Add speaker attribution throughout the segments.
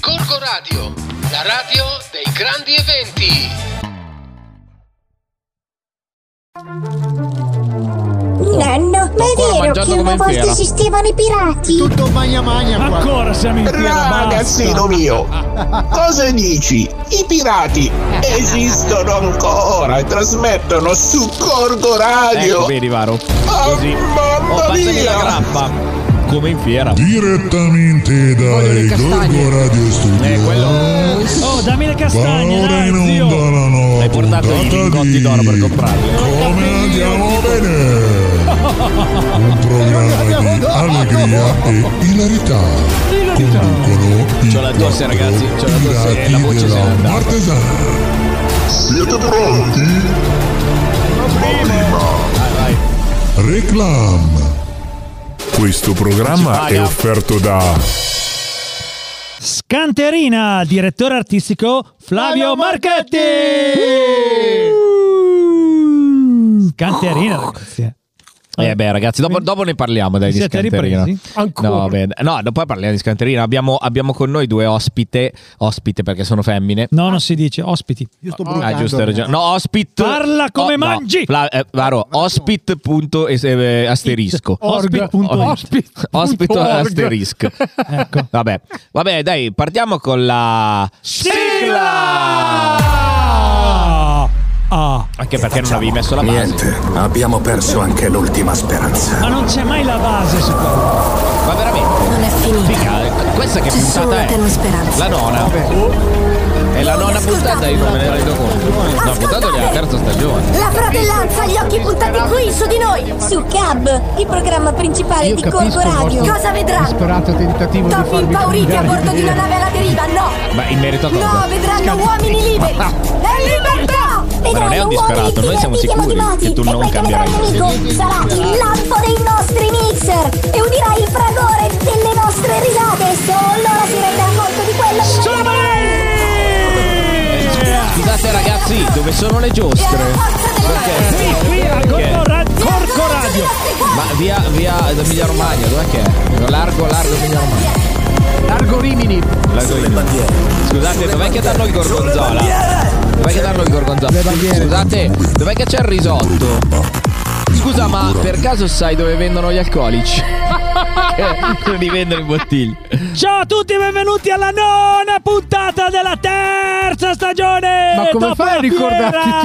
Speaker 1: Gorgo Radio, la radio dei grandi eventi.
Speaker 2: Nanno, ma
Speaker 3: ancora
Speaker 2: è vero
Speaker 3: mangiato
Speaker 2: che una
Speaker 3: come
Speaker 2: volta
Speaker 3: fiera.
Speaker 2: esistevano i pirati?
Speaker 4: Tutto magna magna qua.
Speaker 5: Ancora siamo in fiera,
Speaker 6: Ragazzino
Speaker 5: basta.
Speaker 6: mio, cosa dici? I pirati esistono ancora e trasmettono su Corgo
Speaker 3: Ecco,
Speaker 6: Radio.
Speaker 3: vedi Varo.
Speaker 6: Oh,
Speaker 3: Così. Oh,
Speaker 6: mamma
Speaker 3: passami la
Speaker 6: mia!
Speaker 3: grappa. Come in fiera.
Speaker 7: Direttamente dai Gorgo Radio Studio.
Speaker 3: Eh, quello.
Speaker 5: Oh, dammi le
Speaker 7: Va
Speaker 5: castagne,
Speaker 7: ora
Speaker 5: dai,
Speaker 7: in onda
Speaker 5: zio.
Speaker 7: la
Speaker 3: Hai
Speaker 7: nuova
Speaker 3: portato i
Speaker 7: puntata
Speaker 3: lingotti
Speaker 7: di
Speaker 3: d'oro per comprarle.
Speaker 7: Come andiamo bene? Un programma di allegria e ilarità. Conducono i
Speaker 3: C'ho la tosse,
Speaker 7: quattro
Speaker 3: ragazzi, c'ho la tosse e la
Speaker 7: pirati
Speaker 3: voce se n'è
Speaker 7: della
Speaker 3: andata.
Speaker 7: Martesana.
Speaker 6: Siete pronti?
Speaker 7: Reclam. Questo programma
Speaker 3: è
Speaker 7: offerto da
Speaker 5: Scanterina, direttore artistico Flavio Marchetti. Scanterina,
Speaker 4: Oh!
Speaker 5: ragazzi. eh.
Speaker 3: Eh beh ragazzi, dopo, dopo ne parliamo dai, di
Speaker 5: Siete
Speaker 3: Scanterina.
Speaker 5: ripresi?
Speaker 3: Ancora? No, beh, no, no, poi parliamo di Scanterina. Abbiamo, abbiamo con noi due ospite, ospite perché sono femmine.
Speaker 5: No, non si dice, ospiti.
Speaker 4: Io sto
Speaker 3: Ah,
Speaker 4: bruciando.
Speaker 3: giusto, hai ragione. No, ospit. Oh,
Speaker 5: Parla come
Speaker 3: no.
Speaker 5: mangi!
Speaker 3: Fla- eh, Varo, ospit. punto es- eh, asterisco.
Speaker 5: Ospit. punto it.
Speaker 3: Ospit. Ospit asterisco.
Speaker 5: Ecco.
Speaker 3: Vabbè. Vabbè, dai, partiamo con la
Speaker 5: Sigla! Ah,
Speaker 3: Anche perché non avevi messo la base.
Speaker 8: Niente, abbiamo perso anche l'ultima speranza.
Speaker 5: ma non c'è mai la base su quello.
Speaker 3: Ma veramente?
Speaker 9: Non è finita.
Speaker 3: Figa, questa che
Speaker 9: C'è solo
Speaker 3: puntata
Speaker 9: una
Speaker 3: è?
Speaker 9: tenue speranza.
Speaker 3: La nona. È la nona puntata, io non me ne rendo conto. No, puntata della terza stagione.
Speaker 9: La fratellanza ha gli occhi puntati qui su di noi.
Speaker 2: Su Cab, il programma principale
Speaker 4: Io
Speaker 2: di
Speaker 4: capisco
Speaker 2: Corpo
Speaker 4: il vostro
Speaker 2: Radio.
Speaker 9: Cosa vedranno?
Speaker 4: Disperato tentativo di
Speaker 9: Topi
Speaker 4: farvi
Speaker 9: impauriti a
Speaker 4: cambiare
Speaker 9: bordo di una
Speaker 4: idea.
Speaker 9: nave alla deriva, no!
Speaker 3: Ma in merito a
Speaker 9: No,
Speaker 3: cosa?
Speaker 9: vedranno uomini liberi! E libertà!
Speaker 3: Ma non è un disperato, noi siamo sicuri che tu non cambierai.
Speaker 2: Amico, sarà il lampo dei nostri mixer e udirai il fragore delle nostre risate. Solo ora si renderà conto di quello che
Speaker 3: Scusate ragazzi, dove sono le giostre?
Speaker 5: Qui a Gorgo Ra- Corco Radio.
Speaker 3: Ma via, via Emilia Romagna, dov'è che è? Largo, largo Emilia Romagna.
Speaker 4: Largo Rimini.
Speaker 3: Largo Emilia. Scusate, dov'è che danno il gorgonzola? Dov'è che danno il gorgonzola? Scusate, dov'è che c'è il risotto? Scusa, ma per caso sai dove vendono gli alcolici? Che li vendono in bottiglie.
Speaker 5: Ciao a tutti, benvenuti alla nona puntata della terza stagione.
Speaker 4: Ma come
Speaker 5: Dopo
Speaker 4: fai a
Speaker 5: la
Speaker 4: ricordarti
Speaker 5: fiera.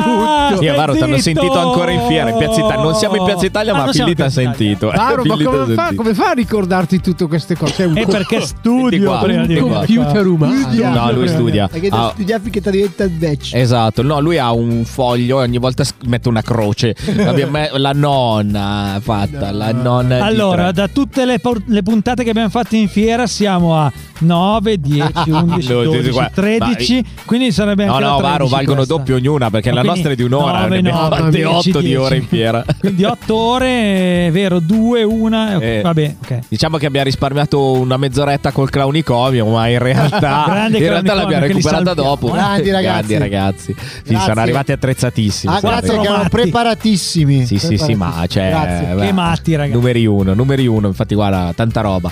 Speaker 4: tutto?
Speaker 3: Sì, Varo, ti hanno
Speaker 5: Bendito.
Speaker 3: sentito ancora in fiera, in Piazza Italia. Non siamo in Piazza Italia,
Speaker 5: Ah,
Speaker 3: ma
Speaker 5: non siamo in
Speaker 3: Filita ha
Speaker 5: Piazza Italia.
Speaker 3: sentito.
Speaker 4: Caro, ma
Speaker 3: Filita ha
Speaker 4: come fa,
Speaker 3: sentito.
Speaker 4: come fa a ricordarti tutte queste cose? Sei un
Speaker 5: E
Speaker 4: co-
Speaker 5: perché
Speaker 3: Senti
Speaker 5: studio
Speaker 3: qua,
Speaker 5: prima di
Speaker 3: senti qua.
Speaker 4: computer umano.
Speaker 3: No, lui studia.
Speaker 4: Perché
Speaker 3: Ah,
Speaker 4: studia finché ti diventa il vecchio.
Speaker 3: Esatto, no, lui ha un foglio e ogni volta s- mette una croce. Abbiamo me- la nonna ha fatta, la nonna. di
Speaker 5: Allora,
Speaker 3: tre.
Speaker 5: da tutte le, por- le puntate che abbiamo fatto in fiera siamo a 9, 10, 11,
Speaker 3: Lo dici
Speaker 5: 12,
Speaker 3: qua.
Speaker 5: 13, quindi sarebbe
Speaker 3: No,
Speaker 5: anche la
Speaker 3: no,
Speaker 5: 13
Speaker 3: Varo, valgono
Speaker 5: questa.
Speaker 3: doppio ognuna perché
Speaker 5: Ma
Speaker 3: la
Speaker 5: quindi
Speaker 3: nostra è di un'ora.
Speaker 5: nove,
Speaker 3: ne abbiamo
Speaker 5: nove,
Speaker 3: fatte
Speaker 5: dieci,
Speaker 3: 8 di
Speaker 5: dieci.
Speaker 3: ore in fiera.
Speaker 5: Quindi 8 ore, è vero, 2, 1,
Speaker 3: Eh,
Speaker 5: vabbè, ok.
Speaker 3: Diciamo che abbiamo risparmiato una mezz'oretta col claunicomio, ma in realtà,
Speaker 5: Grande
Speaker 3: in realtà
Speaker 5: claunicomio,
Speaker 3: l'abbiamo
Speaker 5: che li eh.
Speaker 3: recuperata
Speaker 5: salviamo.
Speaker 3: dopo.
Speaker 4: Grandi ragazzi.
Speaker 3: Grandi ragazzi. Sì, sono
Speaker 4: Grazie.
Speaker 3: arrivati attrezzatissimi.
Speaker 4: Ah,
Speaker 3: sono
Speaker 4: grazie,
Speaker 3: arrivati.
Speaker 4: che erano
Speaker 5: Matti.
Speaker 4: preparatissimi.
Speaker 3: Sì, sì, sì, ma cioè,
Speaker 4: Grazie.
Speaker 3: beh,
Speaker 5: Che matti, ragazzi.
Speaker 3: Numeri uno, numeri uno, infatti, guarda, tanta roba.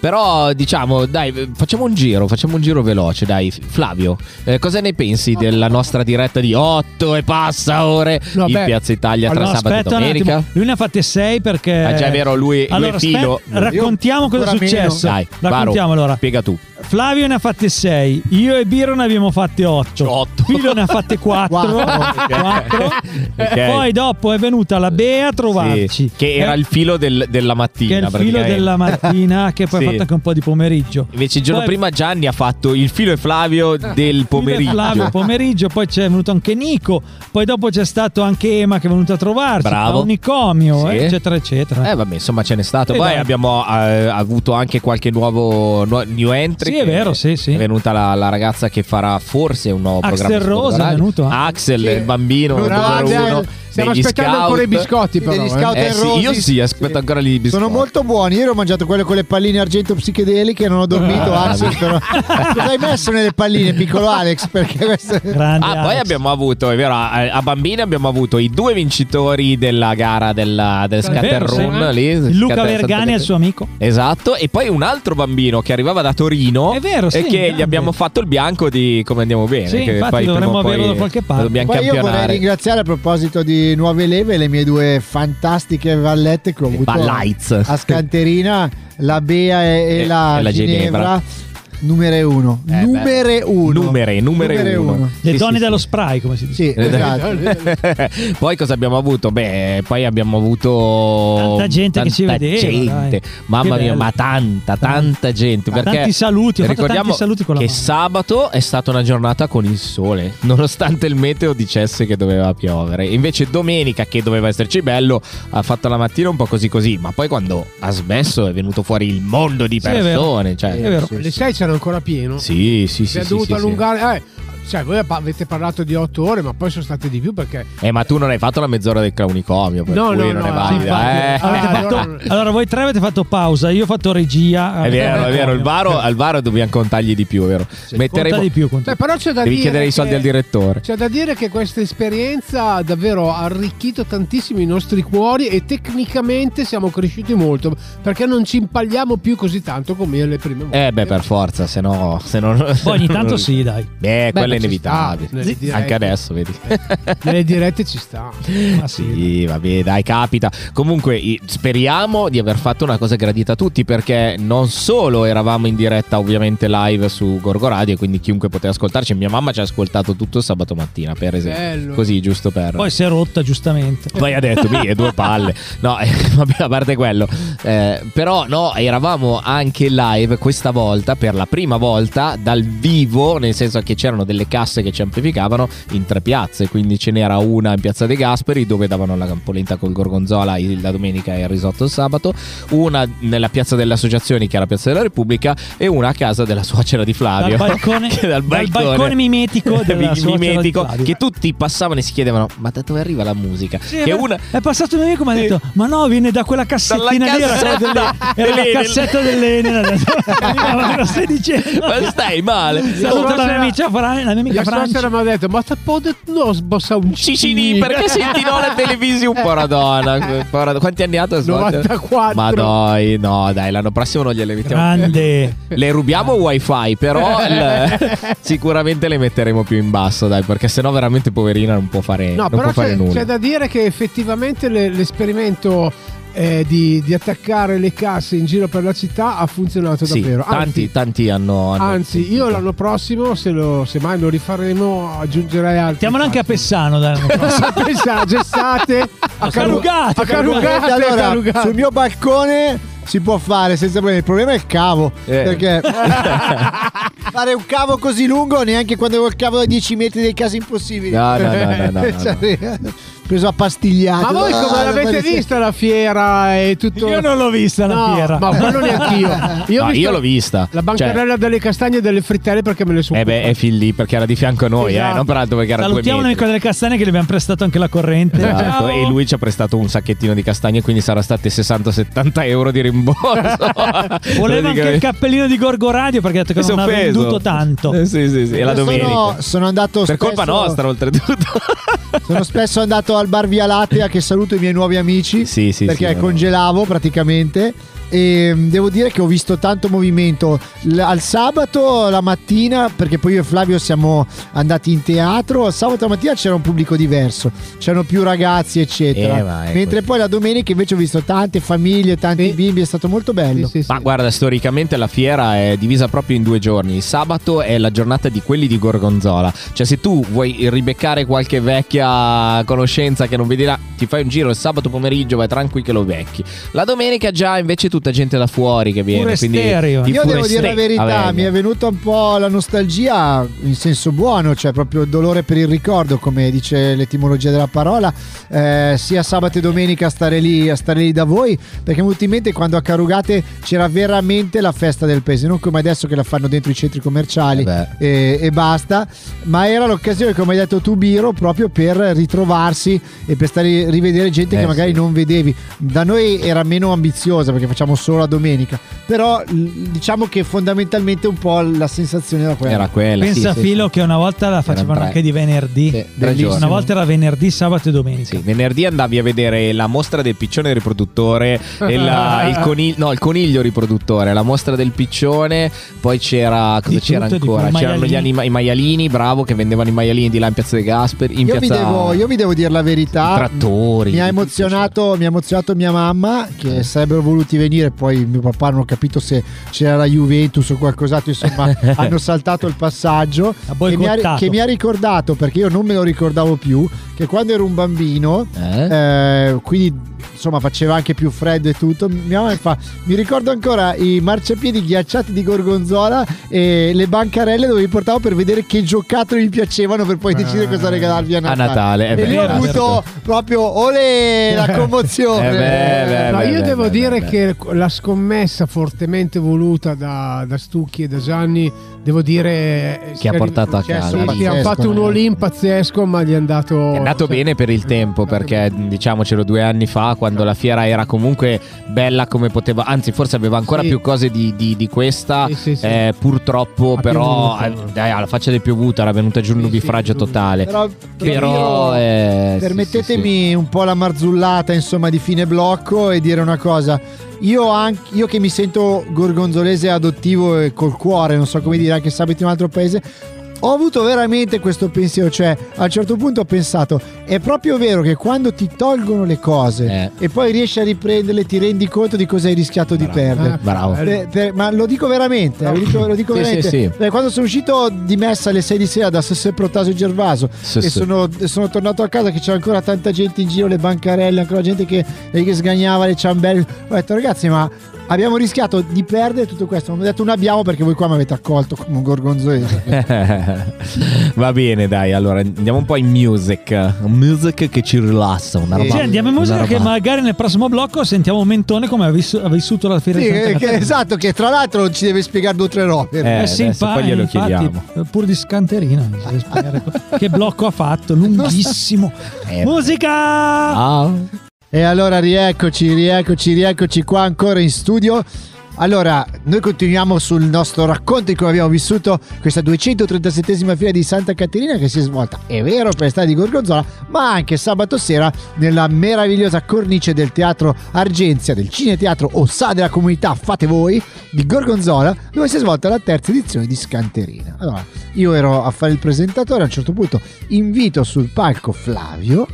Speaker 3: Però, diciamo, dai, facciamo un giro, facciamo un giro veloce, dai. Flavio, eh, cosa ne pensi della nostra diretta di 8 e passa ore
Speaker 4: No,
Speaker 3: in
Speaker 4: beh,
Speaker 3: Piazza Italia tra
Speaker 5: Allora,
Speaker 3: sabato
Speaker 5: aspetta
Speaker 3: e
Speaker 5: un
Speaker 3: domenica?
Speaker 5: attimo, lui ne ha fatte 6 perché...
Speaker 3: Ah, già è vero, lui, lui
Speaker 5: Allora,
Speaker 3: è
Speaker 5: aspetta,
Speaker 3: filo.
Speaker 5: raccontiamo cosa è
Speaker 4: Ancora meno.
Speaker 5: successo.
Speaker 3: Dai,
Speaker 5: raccontiamo
Speaker 3: Varo,
Speaker 5: allora.
Speaker 3: Spiega tu.
Speaker 5: Flavio ne ha fatte 6, io e Biro ne abbiamo fatte 8.
Speaker 3: Otto.
Speaker 5: Filo ne ha fatte 4.
Speaker 4: Wow.
Speaker 3: Ok.
Speaker 5: Poi dopo è venuta la Bea a trovarci.
Speaker 3: Sì, che era
Speaker 5: Eh,
Speaker 3: il filo del- della mattina.
Speaker 5: che è il filo
Speaker 3: praticamente.
Speaker 5: della mattina, che poi
Speaker 3: Sì.
Speaker 5: ha fatto anche un po' di pomeriggio.
Speaker 3: Invece il giorno
Speaker 5: Poi-
Speaker 3: prima Gianni ha fatto il filo e Flavio
Speaker 5: Eh,
Speaker 3: del pomeriggio.
Speaker 5: Flavio, pomeriggio, poi c'è venuto anche Nico, poi dopo c'è stato anche Ema che è venuta a trovarci,
Speaker 3: Bravo.
Speaker 5: Unicomio,
Speaker 3: Sì.
Speaker 5: eccetera, eccetera.
Speaker 3: Eh vabbè, insomma ce n'è stato.
Speaker 5: Eh,
Speaker 3: Poi
Speaker 5: dai.
Speaker 3: abbiamo eh, avuto anche qualche nuovo nuo- new entry.
Speaker 5: Sì, è
Speaker 3: che
Speaker 5: vero, sì, sì.
Speaker 3: È venuta la, la ragazza che farà forse un nuovo
Speaker 5: Axel
Speaker 3: programma. su
Speaker 5: Rose
Speaker 3: Cordoglio.
Speaker 5: è venuto eh? anche.
Speaker 3: Axel, il bambino,
Speaker 4: Bravo,
Speaker 3: numero
Speaker 4: Axel.
Speaker 3: uno.
Speaker 4: Stiamo
Speaker 3: degli
Speaker 4: aspettando
Speaker 3: scout.
Speaker 4: ancora i biscotti, però.
Speaker 10: degli
Speaker 4: eh.
Speaker 10: scout.
Speaker 3: Eh sì, io sì, aspetto ancora lì i biscotti.
Speaker 10: Sono molto buoni. Ieri ho mangiato quello con le palline argento psichedeliche e non ho dormito.
Speaker 3: Ah,
Speaker 10: Axel, però. Cosa hai messo nelle palline, piccolo Alex? Perché questo.
Speaker 5: Grande
Speaker 3: Ah, poi
Speaker 5: Alex.
Speaker 3: abbiamo avuto, è vero, a, a bambini abbiamo avuto i due vincitori della gara della, del scatter
Speaker 5: vero, sì.
Speaker 3: room lì.
Speaker 5: Il Luca
Speaker 3: scatter-
Speaker 5: Vergani e il suo amico.
Speaker 3: Esatto, e poi un altro bambino che arrivava da Torino
Speaker 5: È vero, sì,
Speaker 3: e che
Speaker 5: grande.
Speaker 3: gli abbiamo fatto il bianco di come andiamo bene.
Speaker 5: Sì,
Speaker 3: che
Speaker 5: infatti
Speaker 3: poi prima o
Speaker 5: dovremmo
Speaker 3: poi
Speaker 5: averlo da qualche parte.
Speaker 3: Lo dobbiamo
Speaker 10: Poi io vorrei
Speaker 3: campionare.
Speaker 10: ringraziare a proposito di nuove leve le mie due fantastiche vallette che ho avuto
Speaker 3: Ballaits.
Speaker 10: a Scanterina, la Bea e, e
Speaker 3: E-
Speaker 10: la,
Speaker 3: e la
Speaker 10: Ginevra. Numero uno.
Speaker 3: Eh, beh.
Speaker 10: numere uno.
Speaker 3: Numere, numere uno. Eh,
Speaker 5: Le
Speaker 3: Sì,
Speaker 5: donne
Speaker 3: sì,
Speaker 5: dello
Speaker 3: sì.
Speaker 5: spray, come si dice.
Speaker 10: Sì, esatto.
Speaker 3: poi cosa abbiamo avuto? Beh, poi abbiamo avuto
Speaker 5: Tanta gente che ci
Speaker 3: tanta
Speaker 5: vedeva,
Speaker 3: gente.
Speaker 5: dai.
Speaker 3: Mamma
Speaker 5: Che
Speaker 3: mia,
Speaker 5: bello.
Speaker 3: ma tanta, tanta gente.
Speaker 5: Ma
Speaker 3: Perché
Speaker 5: tanti saluti, ho fatto
Speaker 3: ricordiamo
Speaker 5: tanti saluti con la
Speaker 3: che
Speaker 5: mano.
Speaker 3: sabato è stata una giornata con il sole, nonostante il meteo dicesse che doveva piovere. Invece domenica, che doveva esserci bello, ha fatto la mattina un po' così così, ma poi quando ha smesso è venuto fuori il mondo di
Speaker 5: Sì, è vero.
Speaker 3: persone.
Speaker 5: È
Speaker 3: Cioè,
Speaker 5: vero.
Speaker 4: Le 6 c'era ancora pieno.
Speaker 3: sì, sì, sì.
Speaker 4: si è
Speaker 3: sì,
Speaker 4: dovuto
Speaker 3: sì, sì.
Speaker 4: allungare. eh, cioè, voi pa- avete parlato di 8 ore, ma poi sono state di più perché.
Speaker 3: Eh, ma tu non hai fatto la mezz'ora del claunicomio, per
Speaker 4: No,
Speaker 3: cui
Speaker 4: no,
Speaker 3: non
Speaker 4: no,
Speaker 3: è
Speaker 4: sì,
Speaker 3: valida.
Speaker 4: infatti.
Speaker 3: eh.
Speaker 5: Avete
Speaker 4: Ah,
Speaker 5: fatto-
Speaker 4: allora-
Speaker 5: allora voi tre avete fatto pausa, io ho fatto regia.
Speaker 3: È vero, è vero, il varo, al varo dobbiamo contargli di più, è vero.
Speaker 5: Conta
Speaker 3: Metteremo,
Speaker 5: di più, conta
Speaker 4: Beh, cioè, però c'è da
Speaker 3: devi
Speaker 4: dire
Speaker 3: chiedere i soldi
Speaker 4: che-
Speaker 3: al direttore.
Speaker 4: C'è da dire che questa esperienza ha davvero arricchito tantissimo i nostri cuori e tecnicamente siamo cresciuti molto perché non ci impagliamo più così tanto come le prime volte.
Speaker 3: Eh beh, per forza, se no... Se no
Speaker 5: Poi ogni tanto sì, dai.
Speaker 3: Beh,
Speaker 4: ma
Speaker 3: quello è
Speaker 4: ci
Speaker 3: inevitabile.
Speaker 4: sta, nelle dirette.
Speaker 3: Anche adesso, vedi.
Speaker 4: Nelle dirette ci sta.
Speaker 5: Ma sì.
Speaker 3: Sì, vabbè, dai, capita. Comunque, i- speriamo di aver fatto una cosa gradita a tutti, perché non solo eravamo in diretta, ovviamente, live su Gorgo Radio, quindi chiunque poteva ascoltarci. Mia mamma ci ha ascoltato tutto sabato mattina, per esempio.
Speaker 4: Bello.
Speaker 3: Così, giusto per...
Speaker 5: Poi si è rotta, giustamente.
Speaker 3: Poi ha detto, mi, due palle. No, eh, vabbè, a parte quello. Eh, però no, eravamo anche live questa volta, per la prima volta, dal vivo, nel senso che c'erano delle casse che ci amplificavano in tre piazze, quindi ce n'era una in Piazza De Gasperi dove davano la polenta col gorgonzola il- la domenica e il risotto il sabato, una nella Piazza delle Associazioni che era Piazza della Repubblica e una a casa della suocera di
Speaker 5: Dal
Speaker 3: Flavio.
Speaker 5: balcone,
Speaker 3: Che
Speaker 5: dal balcone mimetico della
Speaker 3: Mi-
Speaker 5: suocera di
Speaker 3: mimetico,
Speaker 5: Flavio.
Speaker 3: che tutti passavano e si chiedevano ma da dove arriva la musica?
Speaker 5: Sì, eh.
Speaker 3: che
Speaker 5: è,
Speaker 3: una,
Speaker 5: è passato un amico e mi ha detto: Ma no, viene da quella cassettina
Speaker 3: Dalla
Speaker 5: lì. Era,
Speaker 3: cassetta
Speaker 5: quella delle- era la
Speaker 3: dell'Enel."
Speaker 5: cassetta dell'Enel. Ma lo stai dicendo?
Speaker 3: Ma stai male?
Speaker 5: Saluto la mia amica, Fra- la mia amica
Speaker 4: La suocera
Speaker 5: Francia.
Speaker 4: mi ha detto: Ma te pode no sbossa un
Speaker 3: Cicini, perché senti no la televisione? Paradona. Paradona. Quanti anni ha tua suocera?
Speaker 4: 94.
Speaker 3: Ma doi, no, dai, l'anno prossimo non gliele mettiamo.
Speaker 5: Grande.
Speaker 3: Le rubiamo wifi, però il- sicuramente le metteremo più in basso, dai, perché sennò veramente poverina non può fare,
Speaker 4: No,
Speaker 3: non
Speaker 4: però
Speaker 3: può fare
Speaker 4: c'è,
Speaker 3: nulla.
Speaker 4: c'è da dire che effettivamente le- l'esperimento eh, di, di attaccare le casse in giro per la città ha funzionato
Speaker 3: Sì,
Speaker 4: davvero.
Speaker 3: tanti,
Speaker 4: Anzi,
Speaker 3: tanti hanno, hanno
Speaker 4: anzi, io
Speaker 3: sentito.
Speaker 4: l'anno prossimo, se, lo, se mai lo rifaremo, aggiungerei altri.
Speaker 5: Mettiamolo anche a
Speaker 4: fatti.
Speaker 5: Pessano. dai.
Speaker 4: a pensare, gestate, a carugate,
Speaker 5: Carugate,
Speaker 4: a carugate, a
Speaker 10: allora,
Speaker 4: carugate.
Speaker 10: sul mio balcone si può fare senza problemi. Il problema è il cavo.
Speaker 3: Eh.
Speaker 10: Perché fare un cavo così lungo neanche quando avevo il cavo da 10 metri dei casi impossibili.
Speaker 3: No, no, no, no, no, no,
Speaker 10: Cioè,
Speaker 3: no.
Speaker 10: Preso a pastigliate.
Speaker 4: Ma voi come
Speaker 10: Ah,
Speaker 4: l'avete
Speaker 10: guarda-
Speaker 4: vista la fiera e tutto?
Speaker 5: Io non l'ho vista la
Speaker 4: No,
Speaker 5: fiera.
Speaker 4: ma quello neanch'io. Io, ho
Speaker 3: No,
Speaker 4: visto
Speaker 3: io l'ho vista.
Speaker 4: La
Speaker 3: Cioè,
Speaker 4: bancarella delle castagne e delle frittelle perché me le sono
Speaker 3: Eh beh, è fin lì perché era di fianco a noi, eh,
Speaker 4: Esatto.
Speaker 3: non peraltro perché era a due
Speaker 5: Salutiamo
Speaker 3: metri.
Speaker 5: l'amico delle castagne che gli abbiamo prestato anche la corrente.
Speaker 3: Esatto,
Speaker 5: Ciao.
Speaker 3: e lui ci ha prestato un sacchettino di castagne, quindi sarà state 60-70 euro di rimborso.
Speaker 5: Voleva anche il
Speaker 3: Praticamente.
Speaker 5: cappellino di Gorgo Radio perché ha detto che
Speaker 3: Si è
Speaker 5: non ha
Speaker 3: offeso.
Speaker 5: venduto tanto.
Speaker 3: Eh, sì, sì, sì, e la
Speaker 10: Sono-
Speaker 3: domenica.
Speaker 10: Sono, andato
Speaker 3: per
Speaker 10: spesso,
Speaker 3: colpa nostra, oltretutto.
Speaker 10: Sono spesso andato al bar Via Lattea che saluto i miei nuovi amici.
Speaker 3: Sì, sì,
Speaker 10: perché
Speaker 3: sì, no,
Speaker 10: congelavo praticamente. E mm, devo dire che ho visto tanto movimento L- al sabato la mattina, perché poi io e Flavio siamo andati in teatro. Al sabato la mattina c'era un pubblico diververso, c'erano più ragazzi, eccetera.
Speaker 3: Eh, ma è
Speaker 10: Mentre
Speaker 3: così.
Speaker 10: poi la domenica invece ho visto tante famiglie, tanti
Speaker 4: Sì.
Speaker 10: bimbi, è stato molto bello.
Speaker 4: Sì, sì, sì.
Speaker 3: Ma guarda, storicamente la fiera è divisa proprio in due giorni. Il sabato è la giornata di quelli di Gorgonzola. Cioè, se tu vuoi ribeccare qualche vecchia conoscenza che non vedi là, ti fai un giro il sabato pomeriggio, vai tranquillo che lo becchi. La domenica già invece tu tutta gente da fuori che viene. quindi di
Speaker 10: Io
Speaker 3: pure Ah,
Speaker 10: devo dire la
Speaker 3: estereo.
Speaker 10: verità,
Speaker 3: Vabbè,
Speaker 10: mi è venuta un po' la nostalgia in senso buono, cioè proprio il dolore per il ricordo, come dice l'etimologia della parola, eh, sia sabato e domenica a stare lì, a stare lì da voi, perché molto in mente quando a Carugate c'era veramente la festa del paese, non come adesso che la fanno dentro i centri
Speaker 3: Eh
Speaker 10: commerciali e, e basta, ma era l'occasione, come hai detto tu Biro, proprio per ritrovarsi e per stare rivedere gente che
Speaker 3: Eh,
Speaker 10: magari non vedevi. Da noi era meno ambiziosa perché facciamo solo la domenica, però l- diciamo che fondamentalmente un po' la sensazione era quella.
Speaker 3: Era quella.
Speaker 5: Pensa
Speaker 3: sì, sì,
Speaker 5: Filo che una volta la facevano
Speaker 3: tre.
Speaker 5: anche di venerdì.
Speaker 3: giorni.
Speaker 5: una volta era venerdì, sabato e domenica.
Speaker 3: Sì, venerdì andavi a vedere la mostra del piccione riproduttore e la- il, conil- no, il coniglio riproduttore, la mostra del piccione, poi c'era cosa
Speaker 5: Di
Speaker 3: c'era
Speaker 5: tutto, di
Speaker 3: ancora?
Speaker 5: più,
Speaker 3: C'erano gli
Speaker 5: maialini.
Speaker 3: anima- i maialini, bravo, che vendevano i maialini di là in Piazza De Gasperi, in
Speaker 10: Io, vi
Speaker 3: Piazza
Speaker 10: devo, io vi devo dire la verità.
Speaker 3: Trattori. cioè.
Speaker 10: Mi ha, emozionato, mi ha emozionato mia mamma
Speaker 3: Eh.
Speaker 10: che sarebbero voluti venire, poi mio papà non ho capito se c'era la Juventus o qualcos'altro, insomma hanno saltato il passaggio che mi, ha,
Speaker 5: boicottato.
Speaker 10: che mi ha ricordato, perché io non me lo ricordavo più, che quando ero un bambino, eh, quindi insomma faceva anche più freddo e tutto, mia mamma mi fa, mi ricordo ancora i marciapiedi ghiacciati di Gorgonzola e le bancarelle dove vi portavo per vedere che giocattoli mi piacevano per poi decidere cosa regalarvi a
Speaker 3: A
Speaker 10: Natale.
Speaker 3: Natale, eh
Speaker 10: e
Speaker 3: beh,
Speaker 10: lì ho
Speaker 3: certo.
Speaker 10: avuto proprio olè la commozione.
Speaker 3: Eh beh, beh,
Speaker 4: No,
Speaker 3: beh,
Speaker 4: io
Speaker 3: beh,
Speaker 4: devo
Speaker 3: beh,
Speaker 4: dire
Speaker 3: beh.
Speaker 4: che la scommessa fortemente voluta da, da Stucchi e da Gianni, devo dire, eh,
Speaker 3: Che
Speaker 4: sia
Speaker 3: ha portato a
Speaker 4: cioè,
Speaker 3: casa.
Speaker 4: sì, sì, hanno
Speaker 3: Pazzesco,
Speaker 4: fatto un
Speaker 3: eh.
Speaker 4: all-in pazzesco, ma gli è andato.
Speaker 3: È andato
Speaker 4: cioè,
Speaker 3: bene per il tempo perché diciamocelo due anni fa quando la fiera era comunque bella come poteva, anzi forse aveva ancora
Speaker 4: Sì.
Speaker 3: più cose di, di- di questa,
Speaker 4: sì.
Speaker 3: eh, purtroppo
Speaker 4: Ha
Speaker 3: però
Speaker 4: piovuto.
Speaker 3: eh, dai, alla faccia del piovuta era venuta giù un nubifragio totale.
Speaker 10: Però,
Speaker 3: Però,
Speaker 10: io-
Speaker 3: eh, sì,
Speaker 10: permettetemi
Speaker 3: sì,
Speaker 10: un po' la marzullata insomma di fine blocco e dire una cosa. Io, anche, io che mi sento gorgonzolese adottivo e col cuore, non so come dire, anche se abito in un altro paese, ho avuto veramente questo pensiero, cioè a un certo punto ho pensato, è proprio vero che quando ti tolgono le cose e poi riesci a riprenderle ti rendi conto di cosa hai rischiato di perdere.
Speaker 3: Eh. bravo.
Speaker 10: Eh, Per- per- ma lo dico veramente, eh, lo dico, lo dico
Speaker 3: Oh. Sì,
Speaker 10: veramente.
Speaker 3: sì, sì.
Speaker 10: Eh, Quando sono uscito di messa alle 6 di sera da Sesse Protasio Gervaso
Speaker 3: Sì,
Speaker 10: e
Speaker 3: sì.
Speaker 10: Sono, sono tornato a casa che c'era ancora tanta gente in giro, le bancarelle, ancora gente che, eh, che sgagnava le ciambelle, ho detto ragazzi ma abbiamo rischiato di perdere tutto questo, non ho detto un abbiamo perché voi qua mi avete accolto come un gorgonzola.
Speaker 5: Eh.
Speaker 3: Va bene, dai, allora andiamo un po' in music. Music che ci rilassa, una roba.
Speaker 5: Sì, andiamo in musica
Speaker 3: una
Speaker 5: che
Speaker 3: roba-
Speaker 5: magari nel prossimo blocco sentiamo Mentone come ha, vissu- ha vissuto la fiera
Speaker 10: Sì,
Speaker 5: di
Speaker 10: che-
Speaker 5: Santa
Speaker 10: che-
Speaker 5: Caterina.
Speaker 10: esatto, che tra l'altro ci deve spiegare due o tre robe.
Speaker 5: Eh,
Speaker 3: adesso
Speaker 5: sì,
Speaker 3: poi
Speaker 5: infatti,
Speaker 3: glielo
Speaker 5: infatti, eh,
Speaker 3: chiediamo.
Speaker 5: Pur di scanterina, mi si deve spiegare co- che blocco ha fatto, lunghissimo.
Speaker 3: Eh, Ah,
Speaker 5: Musica!
Speaker 10: E allora rieccoci, rieccoci, rieccoci qua ancora in studio. Allora, noi continuiamo sul nostro racconto di come abbiamo vissuto questa 237esima fiera di Santa Caterina che si è svolta, è vero, per l'estate di Gorgonzola, ma anche sabato sera nella meravigliosa cornice del Teatro Argenzia, del Cineteatro o Sa della Comunità Fate Voi di Gorgonzola, dove si è svolta la terza edizione di Scanterina. Allora, io ero a fare il presentatore, a un certo punto invito sul palco Flavio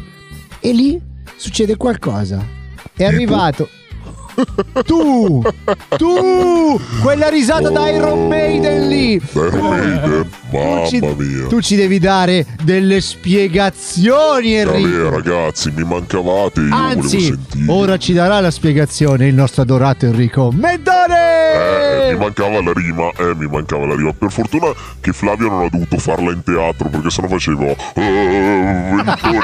Speaker 10: e lì succede qualcosa. È arrivato. Tu! Tu! Quella risata da Iron Maiden lì!
Speaker 7: Veramente, mamma
Speaker 10: ci-
Speaker 7: mia.
Speaker 10: Tu ci devi dare delle spiegazioni, Enrico!
Speaker 7: Vabbè ragazzi, mi mancavate, io volevo
Speaker 10: Anzi,
Speaker 7: sentire.
Speaker 10: ora ci darà la spiegazione il nostro adorato Enrico
Speaker 7: Eh, mi
Speaker 10: Mentone!
Speaker 7: mancava la rima, eh, mi mancava la rima. Per fortuna che Flavio non ha dovuto farla in teatro, perché sennò facevo. Eh, Ventore, dacci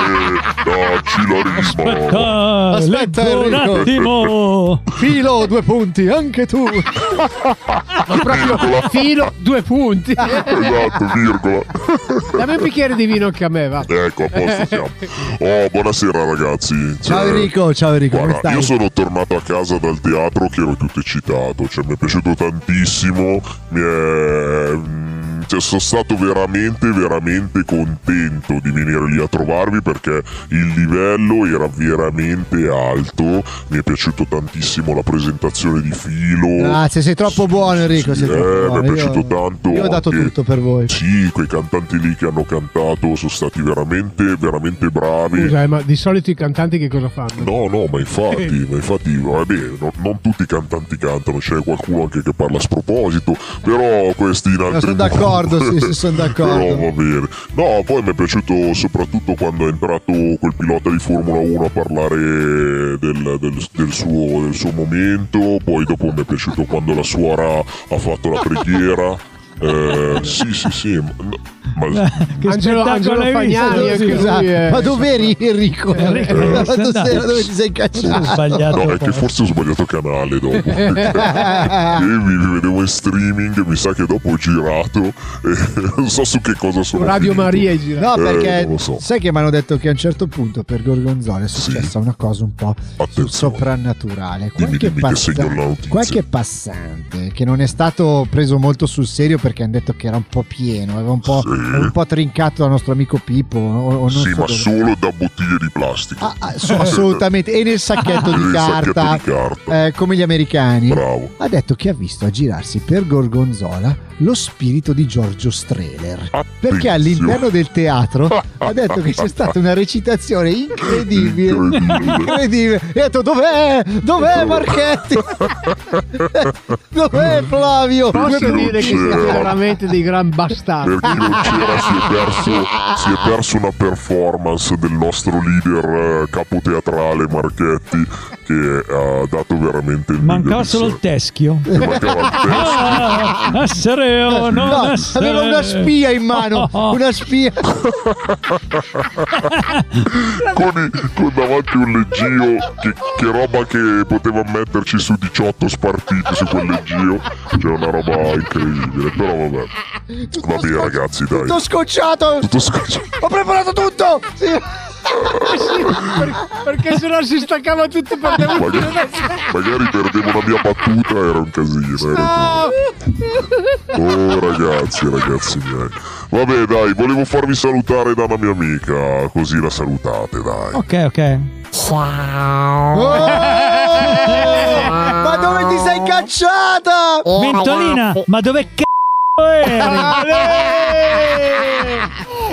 Speaker 7: la rima.
Speaker 5: Ah,
Speaker 10: Aspetta,
Speaker 5: leggo un
Speaker 10: Enrico.
Speaker 5: attimo.
Speaker 10: Filo, due punti, anche tu!
Speaker 7: Virgola.
Speaker 4: Filo, due punti.
Speaker 7: Esatto, virgola.
Speaker 4: Dammi un bicchiere di vino anche a me, va.
Speaker 7: Ecco, a posto siamo. Oh, buonasera ragazzi.
Speaker 10: Ciao
Speaker 7: Cioè,
Speaker 10: Enrico, ciao Enrico, come
Speaker 7: Guarda, io
Speaker 10: stai?
Speaker 7: sono tornato a casa dal teatro che ero tutto eccitato, cioè mi è piaciuto tantissimo, mi è- mm, cioè, sono stato veramente, veramente contento di venire lì a trovarvi perché il livello era veramente alto, mi è piaciuto tantissimo la presentazione di Filo.
Speaker 10: Grazie, sei troppo buono Enrico,
Speaker 7: Sì,
Speaker 10: sei troppo
Speaker 7: eh,
Speaker 10: buono.
Speaker 7: mi è
Speaker 10: Io-
Speaker 7: piaciuto tanto.
Speaker 10: Io ho dato
Speaker 7: anche-
Speaker 10: tutto per voi.
Speaker 7: Sì, quei cantanti lì che hanno cantato sono stati veramente, veramente bravi.
Speaker 4: Scusa, eh, ma di solito i cantanti che cosa fanno?
Speaker 7: No, no, ma infatti, ma infatti, vabbè, no- non tutti i cantanti cantano, c'è qualcuno anche che parla a sproposito, però questi in altri
Speaker 10: sono d'accordo, d'accordo, sì, sì, sono
Speaker 7: Però
Speaker 10: d'accordo.
Speaker 7: va bene. No, poi mi è piaciuto soprattutto quando è entrato quel pilota di Formula 1 a parlare del, del- del suo, del suo momento, poi dopo mi è piaciuto quando la suora ha fatto la preghiera. Eh, sì, sì, sì. ma- ma
Speaker 4: Angelo, Angelo Fagnani, anche lui è-
Speaker 10: Esatto. Ma dove eri Enrico?
Speaker 5: eh. Enrico,
Speaker 10: L'altra
Speaker 5: sei andato.
Speaker 10: sera dove ti sei
Speaker 7: Eh,
Speaker 10: cacciato?
Speaker 5: Ho sbagliato.
Speaker 7: No, è che forse ho sbagliato canale dopo. e mi mi vedevo in streaming, mi sa che dopo ho girato e non so su che cosa sono.
Speaker 4: Radio
Speaker 7: finito.
Speaker 4: Maria è girato.
Speaker 10: No,
Speaker 7: Eh,
Speaker 10: perché
Speaker 7: non lo so.
Speaker 10: sai che mi hanno detto che a un certo punto per Gorgonzola è successa una cosa un po'
Speaker 7: Attenzione.
Speaker 10: soprannaturale.
Speaker 7: Dimmi,
Speaker 10: Qualche,
Speaker 7: dimmi che segno la notizia.
Speaker 10: qualche passante che non è stato preso molto sul serio perché hanno detto che era un po' pieno, aveva un po',
Speaker 7: Sì.
Speaker 10: un po' trincato dal nostro amico Pippo. O, o non
Speaker 7: Sì,
Speaker 10: so
Speaker 7: ma
Speaker 10: dove.
Speaker 7: solo da bottiglie di plastica.
Speaker 10: Ah, ah, so- assolutamente. E nel sacchetto di
Speaker 7: Nel sacchetto
Speaker 10: carta,
Speaker 7: di carta.
Speaker 10: eh, come gli americani.
Speaker 7: Bravo.
Speaker 10: Ha detto che ha visto aggirarsi per Gorgonzola lo spirito di Giorgio Strehler. Perché
Speaker 7: Attenzione.
Speaker 10: all'interno del teatro ha detto che c'è stata una recitazione incredibile.
Speaker 7: Incredibile.
Speaker 10: Incredibile. E ha detto dov'è? Dov'è Marchetti? dov'è Flavio?
Speaker 4: Posso
Speaker 7: Perché non
Speaker 4: dire che siete
Speaker 7: c'era.
Speaker 4: veramente dei gran
Speaker 11: Ah.
Speaker 4: bastardi.
Speaker 7: Per chi non c'era si è, perso, si è perso una performance del nostro leader eh, capoteatrale Marchetti che ha dato veramente il
Speaker 5: Mancava
Speaker 7: meglio di sé.
Speaker 5: solo il teschio.
Speaker 7: E mancava il testo.
Speaker 5: Ah, essere
Speaker 3: Eh,
Speaker 5: o non
Speaker 10: No,
Speaker 5: essere.
Speaker 10: aveva una spia in mano,
Speaker 4: Oh,
Speaker 10: una spia.
Speaker 7: con, i- con davanti un leggio che, che roba che poteva metterci su 18 spartiti su quel leggio cioè una roba incredibile però vabbè va bene ragazzi dai
Speaker 10: Tutto scocciato.
Speaker 7: tutto sc-
Speaker 10: Ho preparato tutto. Sì.
Speaker 4: Perché sennò si staccava tutto per le ultime.
Speaker 7: magari, magari perdevo una mia battuta era un casino era un- oh ragazzi ragazzi miei vabbè dai volevo farvi salutare da una mia amica così la salutate dai
Speaker 5: Ok, ok.
Speaker 10: Oh! Ma dove ti sei cacciata?
Speaker 9: Eh,
Speaker 5: Ventolina,
Speaker 3: oh,
Speaker 5: ma dove c***o eri?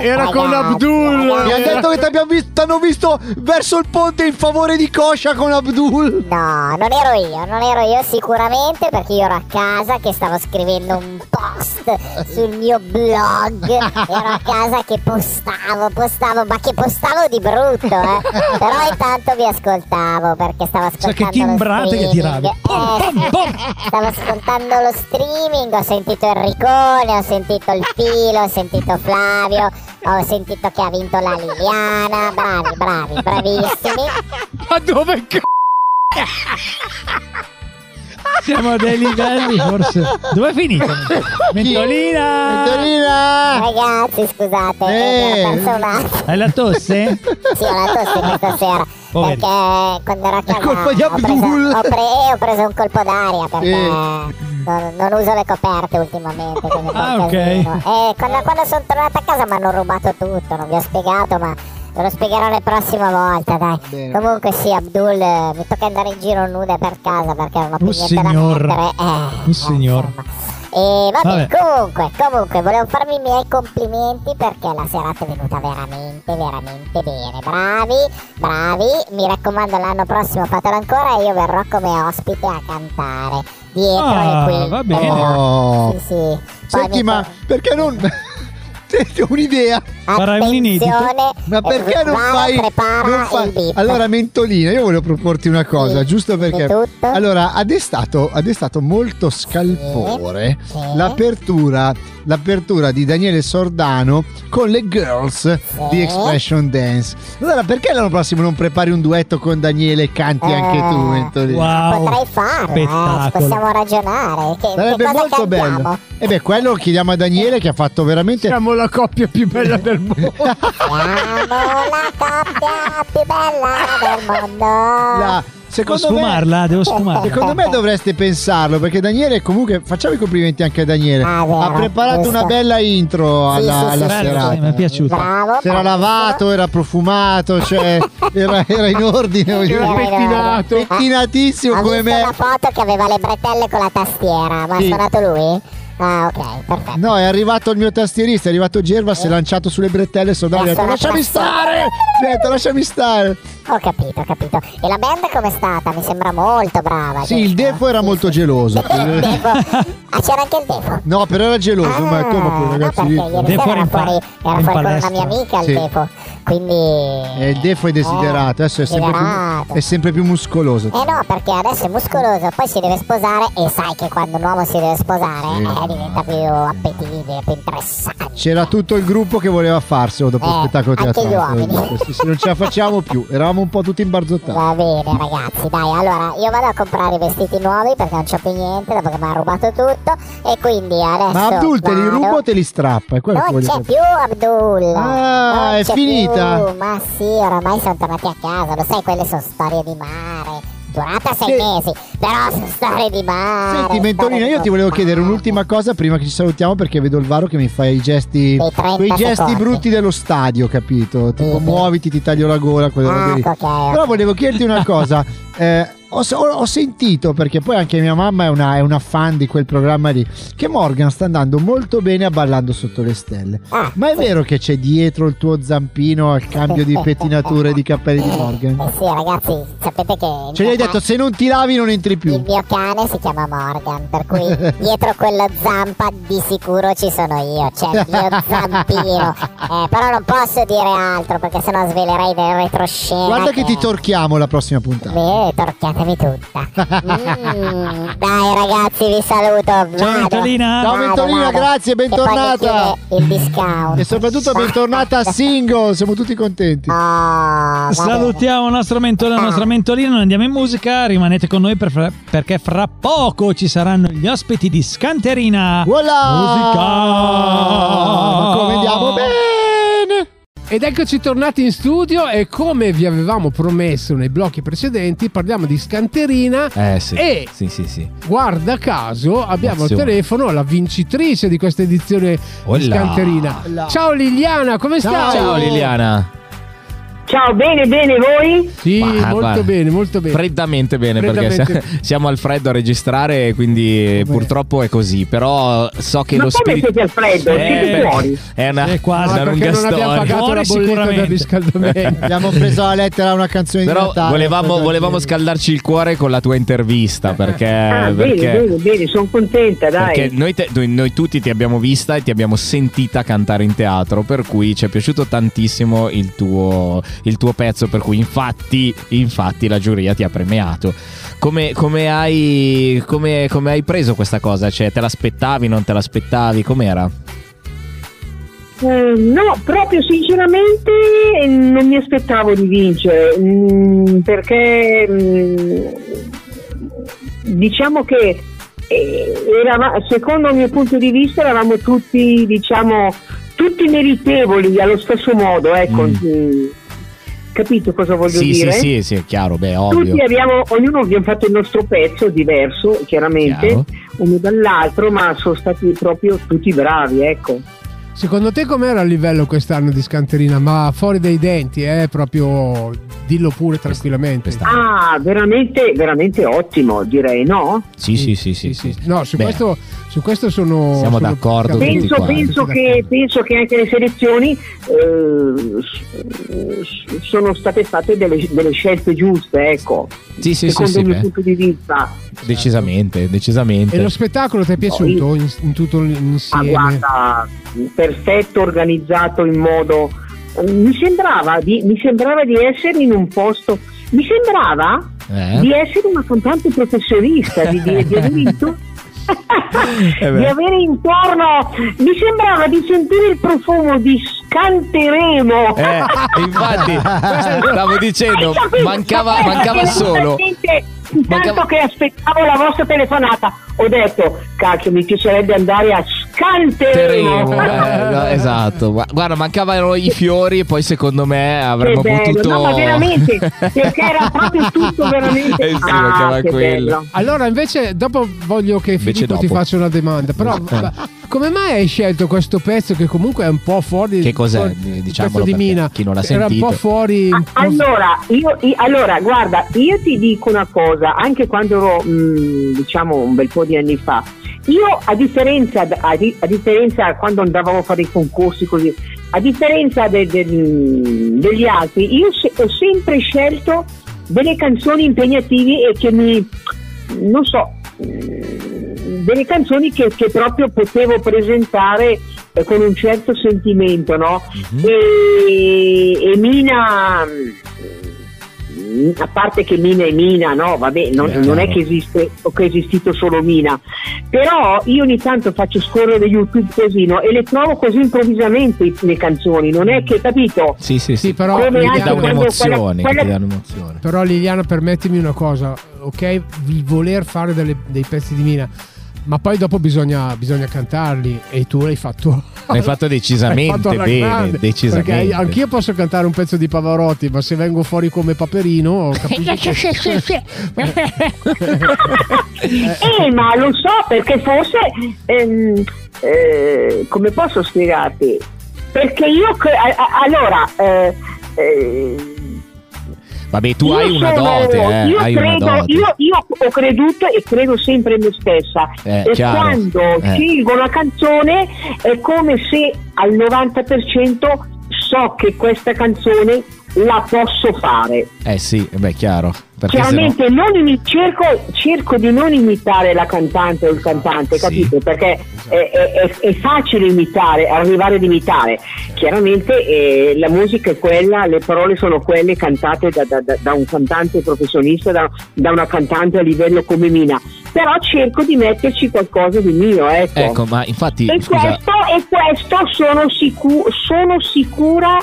Speaker 4: Era con Abdul.
Speaker 9: eh,
Speaker 10: Mi hanno detto che ti abbiamo visto, t'hanno visto verso il ponte in favore di Kosha con Abdul.
Speaker 9: No, non ero io, non ero io sicuramente perché io ero a casa che stavo scrivendo un post sul mio blog. Ero a casa che postavo, postavo, ma che postavo di brutto, eh. Però intanto vi ascoltavo perché stavo
Speaker 5: Sai
Speaker 9: ascoltando
Speaker 5: Cioè, che
Speaker 9: lo
Speaker 5: timbrate che
Speaker 9: streaming.
Speaker 5: tiravi. Pom,
Speaker 9: Eh,
Speaker 5: pom, pom.
Speaker 9: Stavo ascoltando lo streaming, ho sentito Enricone, ho sentito il Filo, ho sentito Flavio, ho sentito che ha vinto la Liliana. Bravi, bravi, bravissimi.
Speaker 4: Ma dove c***o?
Speaker 5: Siamo a dei livelli forse. Dove è finita?
Speaker 4: Ah.
Speaker 5: Ventolina!
Speaker 10: Antonina!
Speaker 9: Ragazzi, scusate,
Speaker 10: Eh.
Speaker 9: eh. mi ero perso un attimo.
Speaker 5: Hai la tosse?
Speaker 9: Sì, ho la tosse questa sera.
Speaker 5: Poveri.
Speaker 9: Perché quando ero a casa
Speaker 10: colpa di
Speaker 9: ho,
Speaker 10: Abdul.
Speaker 9: preso, ho, pre- eh, ho preso un colpo d'aria perché
Speaker 10: Eh.
Speaker 9: non, non uso le coperte ultimamente. quindi fa
Speaker 5: Ah,
Speaker 9: un
Speaker 5: ok.
Speaker 9: casino. E quando, eh, quando sono tornata a casa mi hanno rubato tutto, non vi ho spiegato, ma ve lo spiegherò la prossima volta, dai.
Speaker 10: bene.
Speaker 9: Comunque sì, Abdul, eh, mi tocca andare in giro nuda per casa perché ho una
Speaker 5: Un
Speaker 9: pignetta da
Speaker 5: signor.
Speaker 9: mettere. Eh,
Speaker 5: Un signor.
Speaker 9: insomma. E vabbè,
Speaker 5: Vabbè.
Speaker 9: comunque, comunque, volevo farvi i miei complimenti perché la serata è venuta veramente, veramente bene. Bravi, bravi. Mi raccomando, l'anno prossimo fatelo ancora e io verrò come ospite a cantare. Dietro
Speaker 5: Ah,
Speaker 9: e qui.
Speaker 5: va bene.
Speaker 9: eh,
Speaker 10: Oh.
Speaker 9: Sì, sì. Poi
Speaker 10: Senti,
Speaker 9: mi-
Speaker 10: ma perché non. Senti, ho un'idea.
Speaker 5: Farai un inedito?
Speaker 9: attenzione,
Speaker 10: Ma perché non
Speaker 9: Vara
Speaker 10: fai.
Speaker 9: Eh, prepara
Speaker 10: non fai-
Speaker 9: il beat.
Speaker 10: Allora, Mentolina, io volevo proporti una cosa,
Speaker 9: Sì,
Speaker 10: giusto perché.
Speaker 9: di tutto.
Speaker 10: Allora, ha destato, ha destato molto scalpore
Speaker 9: Sì.
Speaker 10: l'apertura, l'apertura di Daniele Sordano con le girls di Expression Dance. Allora, perché l'anno prossimo non prepari un duetto con Daniele e canti anche tu,
Speaker 9: Eh.
Speaker 10: Mentolina?
Speaker 5: Wow.
Speaker 9: Potrei farlo, eh, ci
Speaker 5: Spettacolo.
Speaker 9: possiamo ragionare. Che, che
Speaker 10: Sarebbe
Speaker 9: cosa
Speaker 10: molto
Speaker 9: cantiamo?
Speaker 10: bello. E beh, quello chiediamo a Daniele che ha fatto veramente
Speaker 4: Siamo la coppia più bella del mondo.
Speaker 9: Siamo la coppia più bella del mondo.
Speaker 10: la-
Speaker 5: Devo
Speaker 10: Secondo me,
Speaker 5: sfumarla,
Speaker 9: Eh,
Speaker 5: devo sfumarla.
Speaker 10: Secondo me dovreste pensarlo perché Daniele comunque facciamo i complimenti anche a Daniele.
Speaker 9: Ah, vero,
Speaker 10: ha preparato
Speaker 9: giusto.
Speaker 10: una bella intro
Speaker 9: Sì,
Speaker 10: alla,
Speaker 9: sì, sì,
Speaker 10: alla
Speaker 9: sì, sì.
Speaker 5: Bello, sì, mi è
Speaker 10: serata.
Speaker 5: piaciuta.
Speaker 9: Bravo.
Speaker 10: si era lavato, era profumato, cioè era, era in ordine, voglio
Speaker 4: Era
Speaker 10: dire.
Speaker 4: pettinato.
Speaker 10: pettinatissimo
Speaker 9: Ho
Speaker 10: come
Speaker 9: visto
Speaker 10: me.
Speaker 9: una foto che aveva le bretelle con la tastiera, ma
Speaker 10: Sì.
Speaker 9: ha suonato lui? Ah, ok, perfetto.
Speaker 10: No, è arrivato il mio tastierista, è arrivato Gerva, si è lanciato sulle bretelle e sono andato e ho detto lasciami stare! Mi ha detto, lasciami stare!
Speaker 9: Ho capito, ho capito. E la band com'è stata? Mi sembra molto brava.
Speaker 10: Sì, il Defo era molto geloso.
Speaker 9: Defo. Ah, c'era anche il Defo.
Speaker 10: No, però era geloso, ma come
Speaker 9: Ah,
Speaker 10: poi ragazzi?
Speaker 9: no, perché ieri sera era
Speaker 10: in pa-
Speaker 9: fuori, era
Speaker 10: in
Speaker 9: fuori con una
Speaker 10: palestra.
Speaker 9: mia amica
Speaker 10: Sì.
Speaker 9: il Defo. Quindi... eh,
Speaker 10: E il Defo è desiderato, adesso è sempre, più,
Speaker 9: Desiderato.
Speaker 10: è sempre più muscoloso.
Speaker 9: Eh no, perché adesso è muscoloso, poi si deve sposare e sai che quando un uomo si deve sposare eh, diventa più appetibile, più interessante.
Speaker 10: C'era tutto il gruppo che voleva farselo dopo
Speaker 9: Eh,
Speaker 10: lo spettacolo
Speaker 9: anche
Speaker 10: teatrale.
Speaker 9: gli uomini.
Speaker 10: Eh, questo sì, Non ce la facciamo più, eravamo un po' tutti imbarzottati.
Speaker 9: Va bene ragazzi, dai, allora io vado a comprare i vestiti nuovi perché non c'ho più niente dopo che mi ha rubato tutto e quindi adesso...
Speaker 10: Ma Abdul te li
Speaker 9: vado.
Speaker 10: ruba o Diciamo te li strappa? È quello che
Speaker 9: Non
Speaker 10: voglio
Speaker 9: Oh, c'è
Speaker 10: sapere.
Speaker 9: più Abdul!
Speaker 10: Ah,
Speaker 9: Non
Speaker 10: è
Speaker 9: c'è
Speaker 10: finita?
Speaker 9: più, Ma sì, oramai sono tornati a casa, lo sai, quelle sono storie di mare. Durata sei mesi, però sono storie di mare.
Speaker 10: Senti, Mentolina, io ti volevo chiedere un'ultima cosa prima che ci salutiamo perché vedo il Varo che mi fa i gesti,
Speaker 9: Dei 30
Speaker 10: quei gesti
Speaker 9: secondi.
Speaker 10: brutti dello stadio, capito? Tipo muoviti, ti taglio la gola, quelle
Speaker 9: Ah,
Speaker 10: robe lì. Però volevo chiederti una cosa. eh, ho, ho- ho sentito, perché poi anche mia mamma è una, è una fan di quel programma lì, che Morgan sta andando molto bene a Ballando Sotto le Stelle. Ma è vero che c'è dietro il tuo zampino al cambio di pettinature di capelli di Morgan?
Speaker 9: Eh sì, ragazzi, sapete che il
Speaker 10: Ce
Speaker 9: mio
Speaker 10: l'hai
Speaker 9: ca-
Speaker 10: detto, se non ti lavi non entri più.
Speaker 9: il mio cane si chiama Morgan, per cui dietro quello zampa di sicuro ci sono io, cioè il mio zampino. Eh, però non posso dire altro perché sennò svelerei del retroscena.
Speaker 10: Guarda che ti torchiamo la prossima puntata.
Speaker 9: Beh, torchiatemi tutta. Mm, dai ragazzi, vi saluto. Ciao
Speaker 10: Ventolina. Ciao, Ventolina, grazie, bentornata.
Speaker 9: Il discount. Oh,
Speaker 10: E soprattutto bentornata a Single, siamo tutti contenti.
Speaker 5: Salutiamo il nostro mentore e la nostra mentolina, noi andiamo in musica, rimanete con noi per fra- perché fra poco ci saranno gli ospiti di Scanterina. Musica!
Speaker 4: Ma come andiamo
Speaker 10: bene!
Speaker 4: Ed eccoci tornati in studio e come vi avevamo promesso nei blocchi precedenti parliamo di Scanterina
Speaker 3: Eh sì.
Speaker 4: e
Speaker 3: Sì, sì, sì.
Speaker 4: guarda caso abbiamo al
Speaker 3: Azione.
Speaker 4: telefono la vincitrice di questa edizione
Speaker 3: Olà.
Speaker 4: di Scanterina. Ciao Liliana, come
Speaker 3: Ciao,
Speaker 4: stai?
Speaker 3: Liliana.
Speaker 11: Ciao, bene, bene, voi?
Speaker 4: Sì, molto bene, molto bene.
Speaker 3: Freddamente bene, perché
Speaker 4: Freddamente.
Speaker 3: sia- siamo al freddo a registrare, quindi purtroppo è così. Però so che
Speaker 11: Ma
Speaker 3: lo
Speaker 11: come
Speaker 3: spirito.
Speaker 11: siete al freddo? Siete
Speaker 3: perché
Speaker 11: fuori?
Speaker 3: È una,
Speaker 4: Eh, quasi.
Speaker 3: una
Speaker 4: Ah, perché
Speaker 3: lunga
Speaker 4: non abbiamo
Speaker 3: storia.
Speaker 4: pagato la bolletta del riscaldamento.
Speaker 10: Abbiamo preso alla lettera una canzone di
Speaker 3: Però
Speaker 10: Natale.
Speaker 3: volevamo, volevamo scaldarci il cuore con la tua intervista perché,
Speaker 11: Ah, bene,
Speaker 3: perché-
Speaker 11: bene, bene, sono contenta, dai.
Speaker 3: perché noi, te- noi- noi tutti ti abbiamo vista e ti abbiamo sentita cantare in teatro, per cui ci è piaciuto tantissimo il tuo, il tuo pezzo, per cui infatti, infatti la giuria ti ha premiato. Come, come hai, come- come hai preso questa cosa? Cioè, te l'aspettavi, non te l'aspettavi? Com'era?
Speaker 11: Eh, no, proprio sinceramente eh, non mi aspettavo di vincere, mm, perché mm, diciamo che eh, erava- secondo il mio punto di vista eravamo tutti, diciamo, tutti meritevoli allo stesso modo, ecco. mm, Capito cosa voglio
Speaker 3: sì,
Speaker 11: dire?
Speaker 3: sì, sì, sì, è chiaro, beh, ovvio.
Speaker 11: Tutti abbiamo, ognuno abbiamo fatto il nostro pezzo diverso, chiaramente,
Speaker 3: Chiaro.
Speaker 11: uno dall'altro, ma sono stati proprio tutti bravi, ecco.
Speaker 4: Secondo te com'era il livello quest'anno di Scanterina? Ma fuori dai denti, eh, proprio dillo pure tranquillamente.
Speaker 11: Ah, veramente, veramente ottimo, direi, no?
Speaker 3: Sì, sì, sì, sì, sì.
Speaker 4: No, su
Speaker 3: Beh,
Speaker 4: questo, su questo sono.
Speaker 3: Siamo
Speaker 4: sono d'accordo.
Speaker 3: d'accordo tutti
Speaker 11: Penso, penso che, penso che anche le selezioni eh, s- s- sono state fatte delle, delle scelte giuste, ecco.
Speaker 3: Sì, sì, sì,
Speaker 11: secondo
Speaker 3: sì,
Speaker 11: il mio
Speaker 3: beh.
Speaker 11: punto di vista.
Speaker 3: Decisamente, decisamente.
Speaker 4: E lo spettacolo ti è piaciuto in, in tutto
Speaker 11: Ah,
Speaker 4: l'insieme?
Speaker 11: guarda, perfetto, organizzato in modo. Mi sembrava, di, mi sembrava di essere in un posto. Mi sembrava
Speaker 3: Eh?
Speaker 11: di essere una cantante professionista, di, di, di aver intu-
Speaker 3: Eh
Speaker 11: di
Speaker 3: beh.
Speaker 11: avere intorno. Mi sembrava di sentire il profumo di scanteremo.
Speaker 3: Eh, infatti, Eh, stavo dicendo, mancava, mancava solo.
Speaker 11: Tanto che aspettavo la vostra telefonata, ho detto, cacchio, mi piacerebbe andare a Ah, scanteremo.
Speaker 3: Teremo, eh, no, esatto. Gua- Guarda, mancavano i fiori e poi secondo me avremmo
Speaker 11: Che bello,
Speaker 3: potuto...
Speaker 11: no, ma veramente, perché era proprio tutto veramente Ah,
Speaker 3: Eh sì, mancava quello.
Speaker 4: Allora, invece, dopo voglio che
Speaker 3: Invece
Speaker 4: Filippo ti
Speaker 3: dopo. Eh.
Speaker 4: faccia una domanda. Però, ma come mai hai scelto questo pezzo che comunque è un po' fuori
Speaker 3: Che cos'è?
Speaker 4: fuori-
Speaker 3: Diciamolo
Speaker 4: pezzo di
Speaker 3: perché
Speaker 4: Mina.
Speaker 3: chi non l'ha
Speaker 4: Era un
Speaker 3: sentito.
Speaker 4: po' fuori.
Speaker 3: ah,
Speaker 4: un po'
Speaker 11: Allora, io, i- allora, mm, guarda, io ti dico una cosa, anche quando ero, mh, diciamo, un bel po' di anni fa, Io a differenza, d- a, di- a differenza quando andavamo a fare i concorsi così, a differenza de- del- degli altri, io se- ho sempre scelto delle canzoni impegnative e che mi, non so, mm, delle canzoni che, che proprio potevo presentare eh, con un certo sentimento, no? E, e Mina, mm, a parte che Mina è Mina, no? Vabbè, non,
Speaker 12: Beh,
Speaker 11: non è
Speaker 12: chiaro.
Speaker 11: che esiste o che è esistito solo Mina, però io ogni tanto faccio scorrere YouTube così, no? E le trovo così improvvisamente le canzoni, non è che, capito?
Speaker 3: Sì, sì, sì.
Speaker 4: però
Speaker 11: Come
Speaker 4: mi
Speaker 11: anche
Speaker 4: dà
Speaker 11: quando-
Speaker 4: un'emozione,
Speaker 11: quella-
Speaker 4: che ti dà
Speaker 11: quella-
Speaker 4: Però Liliana, permettimi una cosa, ok? Il voler fare delle- dei pezzi di Mina, ma poi dopo bisogna, bisogna cantarli e tu l'hai fatto.
Speaker 3: L'hai fatto decisamente
Speaker 4: L'hai fatto alla
Speaker 3: bene,
Speaker 4: grande,
Speaker 3: decisamente.
Speaker 4: Perché anch'io posso cantare un pezzo di Pavarotti, ma se vengo fuori come Paperino, capisci?
Speaker 11: Eh, ma lo so perché forse, ehm, eh, come posso spiegarti? Perché io, cre- a- a- allora, eh, eh,
Speaker 3: Vabbè, tu hai
Speaker 11: io
Speaker 3: una
Speaker 11: sono-
Speaker 3: dote, eh,
Speaker 11: io
Speaker 3: hai una
Speaker 11: credo,
Speaker 3: dote.
Speaker 11: Io, io ho creduto e credo sempre in me stessa.
Speaker 3: Eh,
Speaker 11: e
Speaker 3: chiaro.
Speaker 11: quando
Speaker 3: Eh.
Speaker 11: scelgo una canzone è come se al 90% so che questa canzone la posso fare.
Speaker 3: Eh sì, beh, chiaro. Perché se no...
Speaker 11: Chiaramente non imi- cerco, cerco di non imitare la cantante o il cantante, capito? Perché
Speaker 3: Esatto.
Speaker 11: è, è- è- è facile imitare, arrivare ad imitare. Chiaramente eh, la musica è quella, le parole sono quelle cantate da, da- da- da un cantante professionista, da, da una cantante a livello come Mina. Però cerco di metterci qualcosa di mio, ecco.
Speaker 3: Ecco, ma infatti,
Speaker 11: e,
Speaker 3: scusa,
Speaker 11: questo, e questo sono, sicu- sono sicura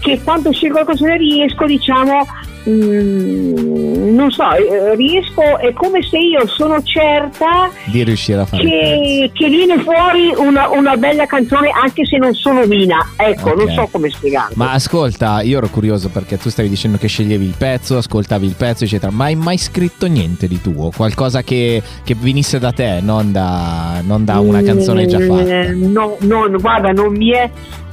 Speaker 11: che quando scelgo qualcosa riesco, diciamo, mm, non so, eh, riesco, è come se io sono certa
Speaker 3: di riuscire a fare...
Speaker 11: che, che viene fuori una, una bella canzone anche se non sono Mina, ecco,
Speaker 3: Ok.
Speaker 11: non so come spiegarlo.
Speaker 3: Ma ascolta, io ero curioso perché tu stavi dicendo che sceglievi il pezzo, ascoltavi il pezzo, eccetera. Ma hai mai scritto niente di tuo? Qualcosa che, che venisse da te, non da, non da una canzone già fatta.
Speaker 11: Mm, Eh, No, no, no, guarda, non mi è.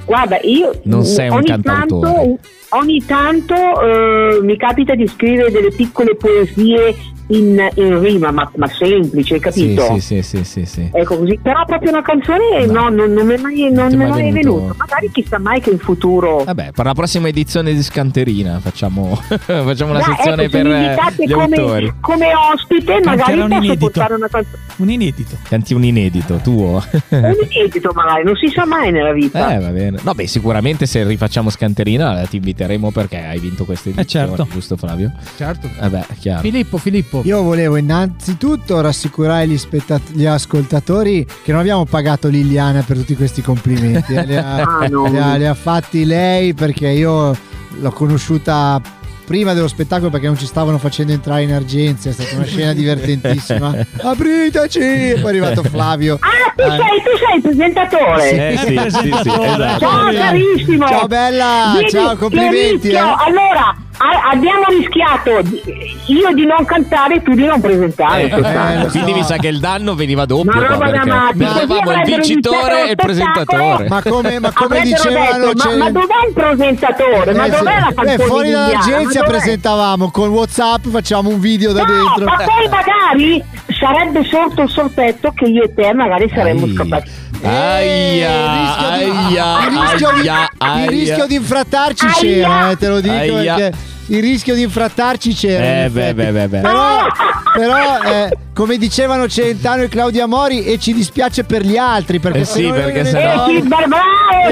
Speaker 11: Guarda, io
Speaker 3: Non sei un
Speaker 11: ogni
Speaker 3: cantautore.
Speaker 11: tanto, ogni tanto eh, mi capita di scrivere delle piccole poesie in, in rima, ma, ma semplice, hai
Speaker 3: Sì,
Speaker 11: capito?
Speaker 3: sì, sì, sì, sì, sì.
Speaker 11: Ecco così, però proprio una canzone no, non, non mi è mai, non
Speaker 3: ti è
Speaker 11: mi è
Speaker 3: mai
Speaker 11: mai
Speaker 3: venuto?
Speaker 11: venuto. Magari chissà mai che in futuro.
Speaker 3: Vabbè, per la prossima edizione di Scanterina facciamo, facciamo una
Speaker 11: Dai, ecco,
Speaker 3: sezione
Speaker 11: se
Speaker 3: per
Speaker 11: mi
Speaker 3: eh,
Speaker 11: invitate
Speaker 3: gli
Speaker 11: come,
Speaker 3: autori.
Speaker 11: come ospite, magari
Speaker 3: Canterà un
Speaker 11: posso
Speaker 3: inedito.
Speaker 11: portare una canzone.
Speaker 5: Un inedito.
Speaker 3: Canti un inedito tuo.
Speaker 11: Un inedito, magari, non si sa mai nella vita.
Speaker 3: Eh, va bene. No, beh, sicuramente se rifacciamo Scanterina eh, ti inviteremo perché hai vinto questa edizione,
Speaker 10: certo.
Speaker 3: giusto Flavio?
Speaker 4: Certo.
Speaker 3: Vabbè, chiaro.
Speaker 4: Filippo, Filippo.
Speaker 10: Io volevo innanzitutto rassicurare gli, spettat- gli ascoltatori che non abbiamo pagato Liliana per tutti questi complimenti. eh. Le ha,
Speaker 3: Ah, no.
Speaker 10: le ha- le ha fatti lei perché io l'ho conosciuta prima dello spettacolo perché non ci stavano facendo entrare in argenza. È stata una scena divertentissima. Apriteci! Poi è arrivato Flavio. Eh,
Speaker 11: Ah, tu, sei, tu sei il presentatore.
Speaker 10: Sì. Eh, sì, sì, sì, esatto.
Speaker 11: Ciao carissimo.
Speaker 10: Ciao, bella. Ciao, complimenti,
Speaker 11: che rischio.
Speaker 10: eh.
Speaker 11: Allora, a- abbiamo rischiato di- io di non cantare e tu di non presentare.
Speaker 3: Eh,
Speaker 11: sostanza.
Speaker 3: quindi mi sa che il danno veniva doppio.
Speaker 11: Una
Speaker 3: qua,
Speaker 11: roba da
Speaker 3: perché
Speaker 11: matti.
Speaker 3: mettevamo il
Speaker 11: Avrebbero
Speaker 3: vincitore e il
Speaker 11: iniziato lo
Speaker 3: presentatore.
Speaker 10: Ma come, ma come
Speaker 11: Avrebbero
Speaker 10: dicevano.
Speaker 11: detto, ma-
Speaker 10: c'è-
Speaker 11: ma dov'è il presentatore? Ma
Speaker 10: Eh,
Speaker 11: dov'è
Speaker 10: sì.
Speaker 11: la canzone
Speaker 10: Eh, fuori
Speaker 11: di Indiana?
Speaker 10: dall'agenzia
Speaker 11: Ma dov'è?
Speaker 10: presentavamo con WhatsApp, facciamo un video da
Speaker 11: No,
Speaker 10: dentro.
Speaker 11: ma poi magari sarebbe sotto il sospetto che io e te magari saremmo scappati.
Speaker 10: Ah.
Speaker 3: Aia, aia,
Speaker 10: il rischio di,
Speaker 3: aia, aia.
Speaker 10: il rischio di infrattarci
Speaker 11: Aia.
Speaker 10: c'era, eh, te lo dico
Speaker 3: Aia.
Speaker 10: perché il rischio di infrattarci c'era. in
Speaker 3: Eh,
Speaker 10: effetti.
Speaker 3: beh, beh, beh, beh.
Speaker 10: Però, però, eh, come dicevano Celentano e Claudia Mori, e ci dispiace per gli altri perché
Speaker 3: Eh
Speaker 10: se
Speaker 3: sì,
Speaker 10: noi non
Speaker 3: perché
Speaker 10: entravamo-
Speaker 3: sennò- Eh sì,
Speaker 11: barbaro,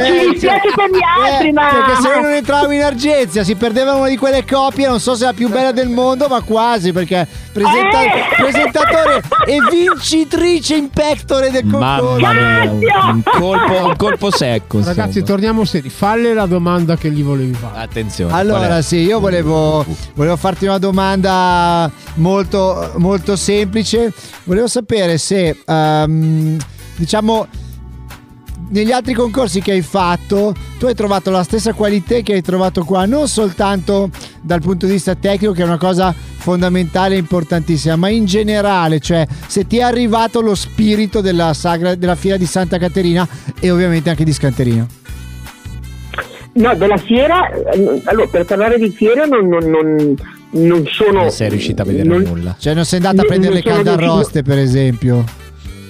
Speaker 11: ci
Speaker 10: cioè-
Speaker 11: dispiace per gli altri, ma-
Speaker 10: Perché se noi non entravamo in argenza si perdeva una di quelle coppie, non so se è la più bella del mondo, ma quasi perché presenta-
Speaker 11: Eh.
Speaker 10: presentatore e vincitrice in pectore del
Speaker 11: Ecco,
Speaker 10: concorso.
Speaker 3: Mamma mia, un colpo, un colpo secco. insomma.
Speaker 4: Ragazzi, torniamo seri. Falle la domanda che gli volevi fare.
Speaker 3: Attenzione.
Speaker 10: Allora,
Speaker 3: qual è?
Speaker 10: sì, io volevo, volevo farti una domanda molto, molto semplice. Volevo sapere se, ehm, diciamo, negli altri concorsi che hai fatto, tu hai trovato la stessa qualità che hai trovato qua, non soltanto dal punto di vista tecnico, che è una cosa fondamentale e importantissima, ma in generale, cioè se ti è arrivato lo spirito della, sagra, della fiera di Santa Caterina e ovviamente anche di Scanterina.
Speaker 11: No, della fiera, eh, allora per parlare di fiera non, non- non- non sono...
Speaker 3: Non sei riuscita a vedere
Speaker 11: non-
Speaker 3: nulla.
Speaker 10: Cioè non sei andata a
Speaker 11: Non-
Speaker 10: prendere
Speaker 11: non
Speaker 10: le
Speaker 11: sono riuscito-
Speaker 10: caldaroste, per esempio.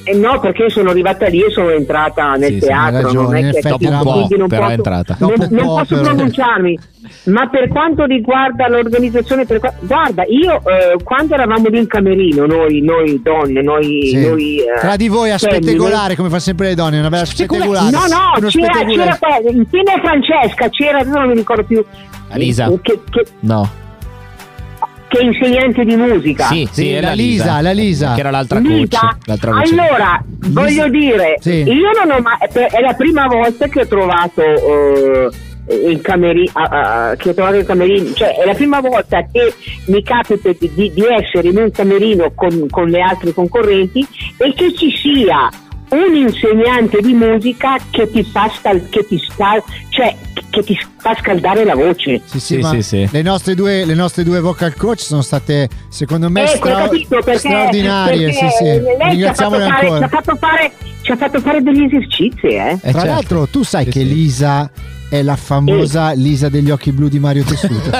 Speaker 11: Eh, no, perché io sono arrivata lì e sono entrata nel
Speaker 3: Sì, sì, hai
Speaker 11: teatro.
Speaker 3: ragione,
Speaker 11: non
Speaker 3: in
Speaker 11: è che
Speaker 3: effetti dopo un
Speaker 11: quindi
Speaker 3: po',
Speaker 11: non
Speaker 3: però è
Speaker 11: posso,
Speaker 3: entrata.
Speaker 11: Non,
Speaker 3: Dopo un
Speaker 11: non
Speaker 3: po',
Speaker 11: posso
Speaker 3: però.
Speaker 11: pronunciarmi, ma per quanto riguarda l'organizzazione, per qua- guarda, io eh, quando eravamo lì in camerino, noi, noi donne, noi.
Speaker 10: Sì.
Speaker 11: noi, eh,
Speaker 10: Tra di voi a
Speaker 11: femmine,
Speaker 10: spettegolare come fa sempre le donne, una bella spettegolare.
Speaker 11: No, no,
Speaker 10: Uno
Speaker 11: c'era,
Speaker 10: spettegolare.
Speaker 11: c'era quella- insieme a Francesca c'era, adesso non mi ricordo più.
Speaker 3: Alisa.
Speaker 11: Che, che,
Speaker 3: No.
Speaker 11: che è insegnante di musica.
Speaker 3: Sì, sì, è la Lisa, eh,
Speaker 10: la Lisa.
Speaker 3: Che era l'altra
Speaker 11: Lisa,
Speaker 3: voce. L'altra voce.
Speaker 11: Allora, voglio dire,
Speaker 3: Sì.
Speaker 11: io non ho mai, è per- è la prima volta che ho trovato eh, il camerino, che ho trovato il camerino, cioè è la prima volta che mi capita di, di- di essere in un camerino con, con le altre concorrenti e che ci sia un insegnante di musica che ti fa, scal- che ti scal- cioè, che ti fa scaldare la voce.
Speaker 10: Sì, ma Le, nostre due, le nostre due vocal coach sono state, secondo me,
Speaker 11: Ecco, hai
Speaker 10: stra-
Speaker 11: capito, perché-
Speaker 10: straordinarie.
Speaker 11: perché
Speaker 10: sì, sì.
Speaker 11: Lei ci ha, fatto
Speaker 10: Ringraziamole
Speaker 11: fare, ci,
Speaker 10: ancora.
Speaker 11: ha fatto fare, ci ha fatto fare degli esercizi, eh.
Speaker 10: Tra
Speaker 3: certo.
Speaker 10: l'altro, tu sai che Lisa è la
Speaker 11: Eh.
Speaker 10: famosa Lisa degli occhi blu di Mario Tessuto.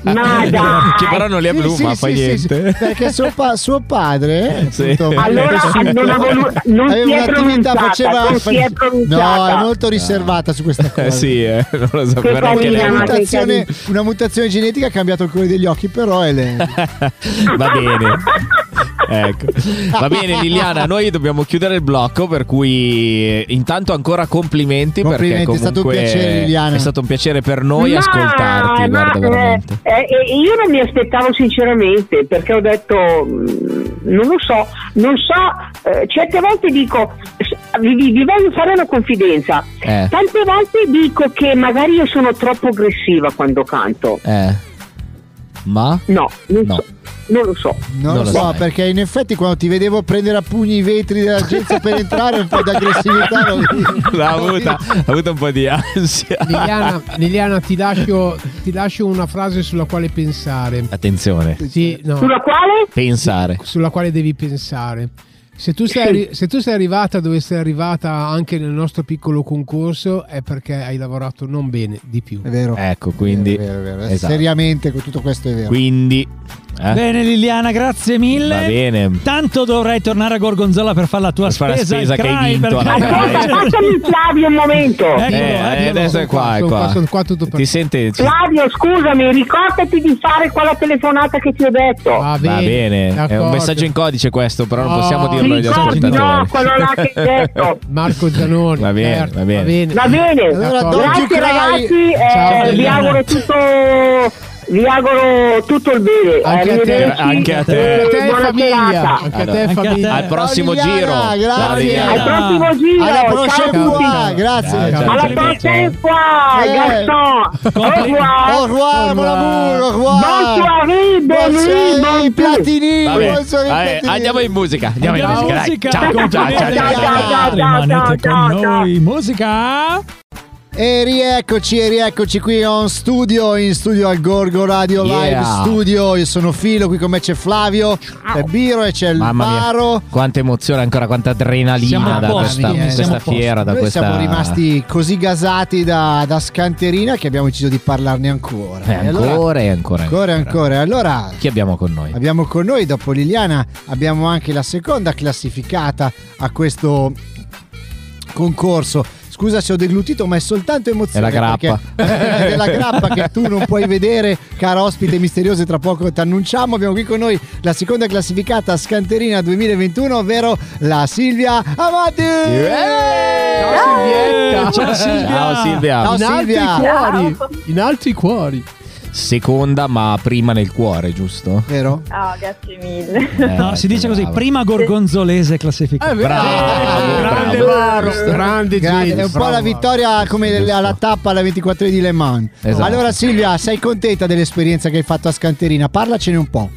Speaker 11: Ma dai!
Speaker 3: Che però non li ha blu, ma fai niente. Eh,
Speaker 10: perché suo, pa- suo padre
Speaker 3: Sì.
Speaker 10: appunto, Mario
Speaker 3: Allora,
Speaker 10: Tessuto,
Speaker 3: non ha
Speaker 11: volu- non si
Speaker 10: aveva
Speaker 11: è
Speaker 10: un'attività,
Speaker 11: pronunciata,
Speaker 10: faceva
Speaker 11: non si è pronunciata.
Speaker 10: no è molto riservata su questa cosa
Speaker 3: Eh sì, eh, non lo so, però anche
Speaker 10: una,
Speaker 3: lei.
Speaker 10: mutazione, una mutazione genetica ha cambiato il colore degli occhi però è lei
Speaker 3: Va bene. Ecco. Va bene Liliana, noi dobbiamo chiudere il blocco per cui eh, intanto ancora complimenti, perché
Speaker 10: Complimenti, è
Speaker 3: comunque
Speaker 10: stato un piacere, Liliana.
Speaker 3: è stato un piacere per noi
Speaker 11: Ma-
Speaker 3: ascoltarti,
Speaker 11: ma,
Speaker 3: guarda
Speaker 11: eh,
Speaker 3: veramente.
Speaker 11: eh, eh, io non mi aspettavo sinceramente perché ho detto mm, non lo so, non so, eh, certe volte dico s- vi, vi- vi voglio fare una confidenza.
Speaker 3: Eh.
Speaker 11: Tante volte dico che magari io sono troppo aggressiva quando canto.
Speaker 3: Eh. Ma
Speaker 11: No, non,
Speaker 3: Eh. No.
Speaker 11: so, non lo so.
Speaker 10: non, lo so perché in effetti quando ti vedevo prendere a pugni i vetri dell'agenzia per entrare un po' di aggressività l'ho visto.
Speaker 3: L'ha avuta, ha avuto un po' di ansia.
Speaker 4: Liliana, Liliana, ti, lascio, ti lascio una
Speaker 3: Eh?
Speaker 4: frase sulla quale pensare.
Speaker 3: Attenzione.
Speaker 4: Sì, no.
Speaker 11: Sulla quale?
Speaker 3: Pensare.
Speaker 4: sulla quale devi pensare. Se tu, sei, arri- se tu sei arrivata dove sei arrivata anche nel nostro piccolo concorso è perché hai lavorato non bene di più.
Speaker 10: è vero
Speaker 3: Ecco, quindi esatto.
Speaker 10: seriamente con tutto questo è vero
Speaker 3: Quindi eh,
Speaker 5: Bene Liliana, grazie mille.
Speaker 3: va bene.
Speaker 5: Tanto dovrai tornare a Gorgonzola per fare la tua
Speaker 3: Per fare la
Speaker 5: spesa.
Speaker 3: spesa
Speaker 5: il
Speaker 3: che hai
Speaker 5: Krai,
Speaker 3: vinto
Speaker 5: perché-
Speaker 3: alla Krai.
Speaker 11: Ascolta, fatemi Flavio un momento.
Speaker 5: Ecco,
Speaker 3: Eh, eh,
Speaker 5: eccolo.
Speaker 3: adesso è qua, è
Speaker 4: sono
Speaker 3: qua.
Speaker 4: qua, sono qua tutto per-
Speaker 3: Ti sente? ci-
Speaker 11: Flavio, scusami, ricordati di fare quella telefonata che ti ho detto.
Speaker 4: Va bene,
Speaker 3: Va bene, è
Speaker 4: d'accordo.
Speaker 3: un messaggio in codice questo, però non
Speaker 4: No,
Speaker 3: possiamo dirlo agli
Speaker 11: Ti ricordi, no,
Speaker 3: ascoltatori.
Speaker 11: quello là che hai detto.
Speaker 4: Marco Zanoni.
Speaker 3: Va bene,
Speaker 4: certo,
Speaker 3: va bene.
Speaker 11: Va bene,
Speaker 10: Allora,
Speaker 4: D'accordo.
Speaker 10: Don
Speaker 11: grazie
Speaker 10: Giucrai.
Speaker 11: ragazzi, eh,
Speaker 4: Ciao,
Speaker 11: vi
Speaker 4: Elena.
Speaker 11: auguro tutto vi auguro tutto il bene.
Speaker 4: Anche a te.
Speaker 11: Arrivederci
Speaker 3: Anche a te.
Speaker 11: e
Speaker 4: Anche a te
Speaker 11: buona
Speaker 4: famiglia.
Speaker 11: serata.
Speaker 4: Anche a
Speaker 3: Allora,
Speaker 4: te
Speaker 5: anche a
Speaker 4: famiglia.
Speaker 5: te.
Speaker 3: Al prossimo
Speaker 10: Ciao, Liliana,
Speaker 3: giro.
Speaker 10: grazie.
Speaker 3: Ciao, Liliana.
Speaker 11: Al prossimo giro.
Speaker 10: alla
Speaker 11: ciao a
Speaker 10: prossima
Speaker 11: tutti.
Speaker 10: fois, grazie
Speaker 3: Ciao, ciao.
Speaker 11: Alla
Speaker 5: Complimenti.
Speaker 11: prossima,
Speaker 10: Eh.
Speaker 11: Gaston. Au revoir.
Speaker 10: au revoir mon amour au revoir
Speaker 11: Bonne soirée,
Speaker 10: Bonne
Speaker 11: Denis,
Speaker 10: soirée,
Speaker 11: bonne
Speaker 10: Platini
Speaker 3: Vabbè,
Speaker 10: bonne soirée,
Speaker 3: vabbè,
Speaker 10: Platini.
Speaker 3: andiamo in musica. Andiamo,
Speaker 5: Andiamo
Speaker 3: in
Speaker 5: in
Speaker 3: musica.
Speaker 5: musica.
Speaker 3: dai. Ciao, ciao, ciao, ciao, ciao. Eh,
Speaker 11: ciao,
Speaker 5: Rimanete
Speaker 11: ciao,
Speaker 5: con
Speaker 11: ciao, ciao.
Speaker 5: noi. Musica.
Speaker 10: E rieccoci, e rieccoci qui on studio, in studio al Gorgo Radio
Speaker 3: Yeah.
Speaker 10: Live Studio. Io sono Filo, qui con me c'è Flavio, c'è Biro e c'è il
Speaker 3: Mamma mia.
Speaker 10: Baro.
Speaker 3: Quanta emozione ancora, quanta
Speaker 5: Siamo
Speaker 3: adrenalina
Speaker 5: a
Speaker 3: da
Speaker 5: posto,
Speaker 3: questa,
Speaker 5: siamo
Speaker 3: questa
Speaker 5: a posto.
Speaker 3: fiera, da
Speaker 10: Noi
Speaker 3: questa...
Speaker 10: siamo rimasti così gasati da, da Scanterina che abbiamo deciso di parlarne ancora.
Speaker 3: Eh,
Speaker 10: E allora-
Speaker 3: ancora e ancora.
Speaker 10: ancora, ancora. Allora,
Speaker 3: Chi abbiamo con noi?
Speaker 10: Abbiamo con noi dopo Liliana, abbiamo anche la seconda classificata a questo concorso. Scusa se ho deglutito, ma è soltanto emozione.
Speaker 3: È la grappa.
Speaker 10: perché- È la grappa che tu non puoi vedere, cara ospite misterioso, tra poco ti annunciamo. Abbiamo qui con noi la seconda classificata a Scanterina 2021, ovvero la Silvia Amati.
Speaker 4: Silvietta.
Speaker 5: Ciao Silvia.
Speaker 10: Ciao,
Speaker 3: Ciao Silvia.
Speaker 4: In alto i
Speaker 10: Silvia.
Speaker 4: cuori. In alto i cuori.
Speaker 3: Seconda ma prima nel cuore, giusto?
Speaker 10: Vero?
Speaker 12: Oh, grazie mille.
Speaker 3: Eh,
Speaker 5: No, si
Speaker 3: che
Speaker 5: dice così,
Speaker 3: brava.
Speaker 5: prima gorgonzolese
Speaker 3: Eh.
Speaker 5: classificato.
Speaker 3: Bravo,
Speaker 4: grande
Speaker 3: bravo.
Speaker 4: Maros, grande
Speaker 10: Grande,
Speaker 4: James,
Speaker 10: è un po'
Speaker 4: bravo.
Speaker 10: la vittoria come
Speaker 3: Giusto.
Speaker 10: alla tappa alla 24 di Le Mans.
Speaker 3: Esatto.
Speaker 10: Allora Silvia, sei contenta dell'esperienza che hai fatto a Scanterina? Parlacene un po'.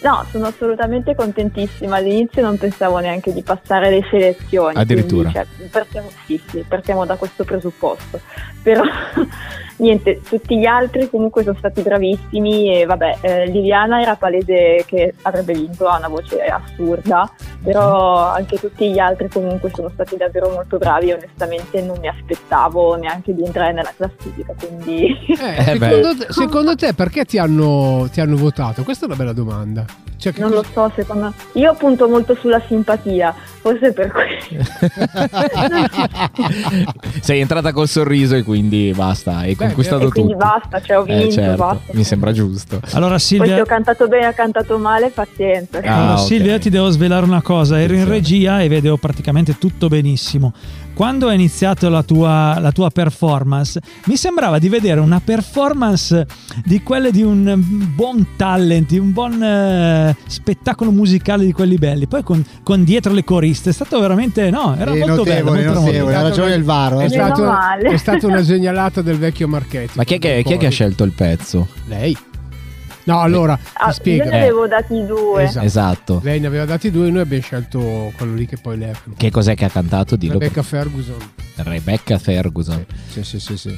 Speaker 12: No, sono assolutamente contentissima. All'inizio non pensavo neanche di passare le selezioni.
Speaker 3: Addirittura.
Speaker 12: quindi, cioè, partiamo, sì, sì, partiamo da questo presupposto. Però niente, tutti gli altri comunque sono stati bravissimi e vabbè, eh, Liliana era palese che avrebbe vinto, ha una voce assurda, però anche tutti gli altri comunque sono stati davvero molto bravi e onestamente non mi aspettavo neanche di entrare nella classifica, quindi...
Speaker 4: Eh,
Speaker 3: Eh, beh.
Speaker 4: secondo, te, secondo te perché ti hanno, ti hanno votato? Questa è una bella domanda. Cioè,
Speaker 12: non lo so, secondo me. Io punto molto sulla simpatia, forse per questo.
Speaker 3: Sei entrata col sorriso e quindi basta, hai conquistato
Speaker 12: e quindi
Speaker 3: tutto.
Speaker 12: basta, cioè ho
Speaker 3: Eh,
Speaker 12: vinto,
Speaker 3: certo,
Speaker 12: basta.
Speaker 3: mi sembra giusto.
Speaker 5: Allora
Speaker 12: Poi se
Speaker 5: Silvia,
Speaker 12: ho cantato bene, ho cantato male, pazienza.
Speaker 3: Eh,
Speaker 10: Ah,
Speaker 5: allora, Eh,
Speaker 3: Ah,
Speaker 5: Silvia, ti devo svelare una cosa, ero in regia e vedevo praticamente tutto benissimo. Quando è iniziata la tua, la tua performance, mi sembrava di vedere una performance di quelle di un mm, buon talent, di un buon eh, spettacolo musicale di quelli belli. Poi con, con dietro le coriste, è stato veramente, no, era
Speaker 10: Sì,
Speaker 5: molto bello.
Speaker 10: notevole,
Speaker 5: Molto
Speaker 10: notevole,
Speaker 5: molto.
Speaker 10: ha ragione il Varo.
Speaker 4: È,
Speaker 10: eh.
Speaker 4: stato-
Speaker 12: Meno male.
Speaker 4: è stata una genialata del vecchio Marchetti.
Speaker 3: Ma chi è che, chi è che ha scelto il pezzo?
Speaker 4: Lei. No, allora,
Speaker 12: Ah,
Speaker 4: ti
Speaker 12: io
Speaker 4: spiego.
Speaker 12: ne avevo dati due.
Speaker 4: Esatto.
Speaker 3: Esatto.
Speaker 4: Lei ne aveva dati due, noi abbiamo scelto quello lì che poi lei ha
Speaker 3: Che cos'è che ha cantato? Dillo.
Speaker 4: Rebecca Ferguson.
Speaker 3: Rebecca Ferguson.
Speaker 10: Sì, sì, sì, sì.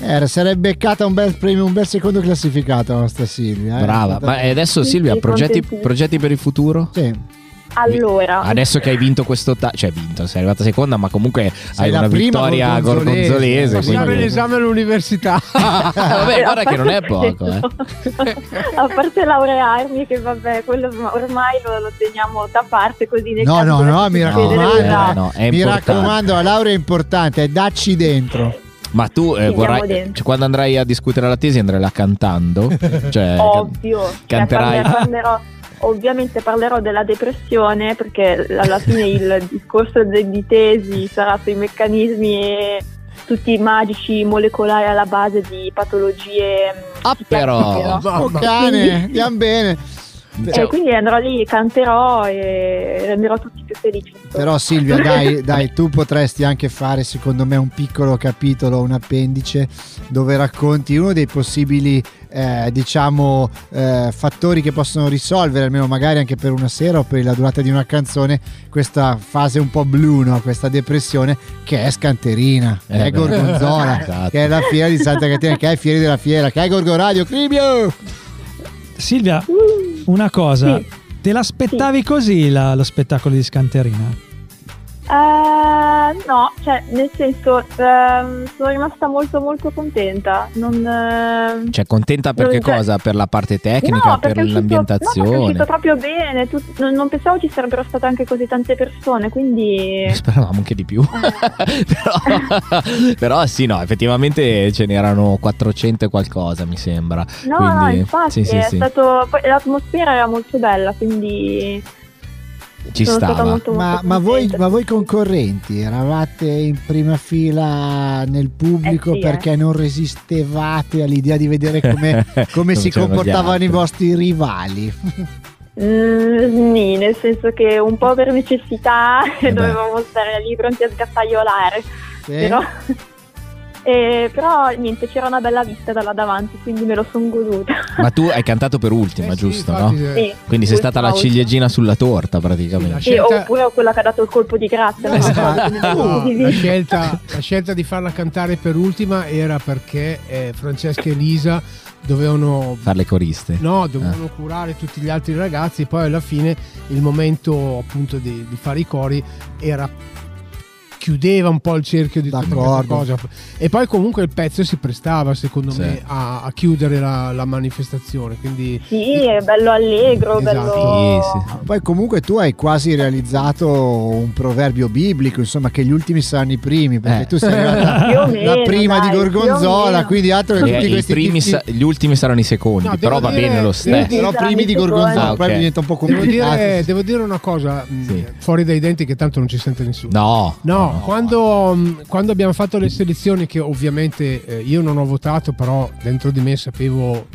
Speaker 10: Eh, sarebbe beccata un bel premio, un bel secondo classificato la nostra Silvia. eh.
Speaker 3: Brava. Ma e adesso
Speaker 12: Sì,
Speaker 3: Silvia,
Speaker 12: sì,
Speaker 3: progetti,
Speaker 12: contentissima.
Speaker 3: progetti per il futuro?
Speaker 10: Sì.
Speaker 12: Allora,
Speaker 3: Adesso
Speaker 12: eh.
Speaker 3: che hai vinto questo ta- cioè hai vinto, sei arrivata seconda, ma comunque hai
Speaker 10: la
Speaker 3: una
Speaker 10: prima
Speaker 3: vittoria
Speaker 10: gorgonzolese.
Speaker 3: gorgonzolese.
Speaker 10: Possiamo
Speaker 4: Fare
Speaker 3: quindi- Eh,
Speaker 4: l'esame all'università.
Speaker 3: Vabbè, guarda che non è poco, eh.
Speaker 12: a parte laurearmi, che vabbè, quello ormai lo, lo teniamo da parte così nel
Speaker 10: No,
Speaker 12: caso
Speaker 10: no,
Speaker 12: dovesse
Speaker 10: no, mi
Speaker 12: succedere
Speaker 10: raccomando.
Speaker 12: una-
Speaker 3: eh, no, è
Speaker 10: mi
Speaker 3: importante.
Speaker 10: raccomando, la laurea è importante, è dacci dentro.
Speaker 3: Ma tu eh,
Speaker 12: Sì,
Speaker 3: vorrai-
Speaker 12: andiamo dentro.
Speaker 3: cioè, quando andrai a discutere la tesi andrai là cantando? Cioè,
Speaker 12: Ovvio, cioè,
Speaker 3: canterai-
Speaker 12: parler- parlerò- ovviamente parlerò della depressione perché alla fine il discorso de- di tesi sarà sui meccanismi e tutti i magici molecolari alla base di patologie. mh,
Speaker 3: Ah, però.
Speaker 12: psichiatriche, no?
Speaker 10: Oh cane, andiamo bene.
Speaker 12: E
Speaker 3: cioè,
Speaker 12: quindi andrò lì, canterò e renderò tutti più felici.
Speaker 10: Però Silvia, dai, dai, tu potresti anche fare, secondo me, un piccolo capitolo, un appendice dove racconti uno dei possibili, eh, diciamo, eh, fattori che possono risolvere, almeno magari anche per una sera o per la durata di una canzone, questa fase un po' blu, no? questa depressione che è Scanterina,
Speaker 3: Eh
Speaker 10: che
Speaker 3: beh.
Speaker 10: è Gorgonzola,
Speaker 3: Esatto.
Speaker 10: che è la fiera di Santa Caterina, che è Fieri della Fiera, che è Gorgoradio, Cribio!
Speaker 5: Silvia, una cosa, te l'aspettavi così la- lo spettacolo di Scanterina?
Speaker 12: Eh, no, cioè, nel senso, ehm, sono rimasta molto molto contenta. Non, ehm,
Speaker 3: cioè, contenta per che
Speaker 12: Non c'è-
Speaker 3: cosa? Per la parte tecnica,
Speaker 12: no,
Speaker 3: per
Speaker 12: perché è uscito- no, perché è
Speaker 3: l'ambientazione?
Speaker 12: uscito proprio bene. tu- non, non pensavo ci sarebbero state anche così tante persone, quindi
Speaker 3: Speravamo anche di più,
Speaker 12: Eh.
Speaker 3: però, però sì, no, effettivamente ce n'erano 400 e qualcosa, mi sembra.
Speaker 12: no,
Speaker 3: Quindi-
Speaker 12: no, infatti
Speaker 3: sì, sì,
Speaker 12: è
Speaker 3: sì.
Speaker 12: stato poi l'atmosfera era molto bella, quindi
Speaker 3: Ci
Speaker 12: sono stata
Speaker 3: stava.
Speaker 12: molto
Speaker 10: Ma,
Speaker 12: molto
Speaker 10: ma voi,
Speaker 12: contenta.
Speaker 10: ma voi concorrenti eravate in prima fila nel pubblico
Speaker 12: Eh sì, eh.
Speaker 10: perché non resistevate all'idea di vedere come, come
Speaker 3: Non
Speaker 10: si
Speaker 3: c'erano gli
Speaker 10: comportavano
Speaker 3: altri.
Speaker 10: i vostri rivali?
Speaker 12: Mm, sì, nel senso che un po' per necessità
Speaker 3: Eh beh.
Speaker 12: dovevamo stare lì pronti a sgattaiolare.
Speaker 10: Sì?
Speaker 12: Però, Eh, però niente, c'era una bella vista dalla davanti, quindi me lo sono goduta.
Speaker 3: Ma tu hai cantato per ultima,
Speaker 4: Eh sì,
Speaker 3: giusto?
Speaker 4: infatti,
Speaker 3: no?
Speaker 12: Sì,
Speaker 4: eh,
Speaker 3: Quindi sei stata la
Speaker 12: ultima,
Speaker 3: ciliegina sulla torta,
Speaker 4: la
Speaker 3: praticamente. Esatto.
Speaker 12: ultima. Sì,
Speaker 4: scelta-
Speaker 12: oppure quella che ha dato il colpo di grazia.
Speaker 10: Eh.
Speaker 12: non so, quindi
Speaker 4: No,
Speaker 10: Ah,
Speaker 12: così.
Speaker 4: la, scelta, la scelta di farla cantare per ultima era perché eh, Francesca e Elisa dovevano
Speaker 3: Fare le coriste.
Speaker 10: Eh.
Speaker 4: No, dovevano curare tutti gli altri ragazzi. Poi alla fine il momento appunto di, di fare i cori era chiudeva un po' il cerchio di tutta questa
Speaker 10: D'accordo.
Speaker 4: cosa e poi comunque il pezzo si prestava secondo
Speaker 3: Sì.
Speaker 4: me a, a chiudere la, la manifestazione quindi
Speaker 12: Sì, è bello allegro,
Speaker 4: Esatto.
Speaker 12: bello...
Speaker 3: Sì, sì.
Speaker 10: Ah, Poi comunque tu hai quasi realizzato un proverbio biblico, insomma che gli ultimi saranno i primi, perché
Speaker 3: Eh.
Speaker 10: tu sei arrivata
Speaker 12: Più o meno,
Speaker 10: la prima
Speaker 12: dai,
Speaker 10: di
Speaker 12: più o
Speaker 10: Gorgonzola,
Speaker 12: meno.
Speaker 10: quindi altro che
Speaker 3: E
Speaker 10: tutti
Speaker 3: Eh, i
Speaker 10: questi
Speaker 3: primi
Speaker 10: tizi-
Speaker 3: sa- gli ultimi saranno i secondi,
Speaker 4: No,
Speaker 3: però
Speaker 4: devo
Speaker 3: va
Speaker 4: dire-
Speaker 3: bene lo
Speaker 4: devo
Speaker 3: stesso.
Speaker 4: dire-
Speaker 10: però primi
Speaker 12: Esatto,
Speaker 10: di Gorgonzola,
Speaker 3: Ah, ok.
Speaker 10: poi diventa un po'
Speaker 4: devo
Speaker 10: complicato.
Speaker 3: Ah,
Speaker 4: dire, devo dire una cosa mh,
Speaker 3: Sì.
Speaker 4: fuori dai denti che tanto non ci sente nessuno
Speaker 3: No,
Speaker 4: No, Quando, mh, quando abbiamo fatto le selezioni, che ovviamente eh, io non ho votato, però dentro di me sapevo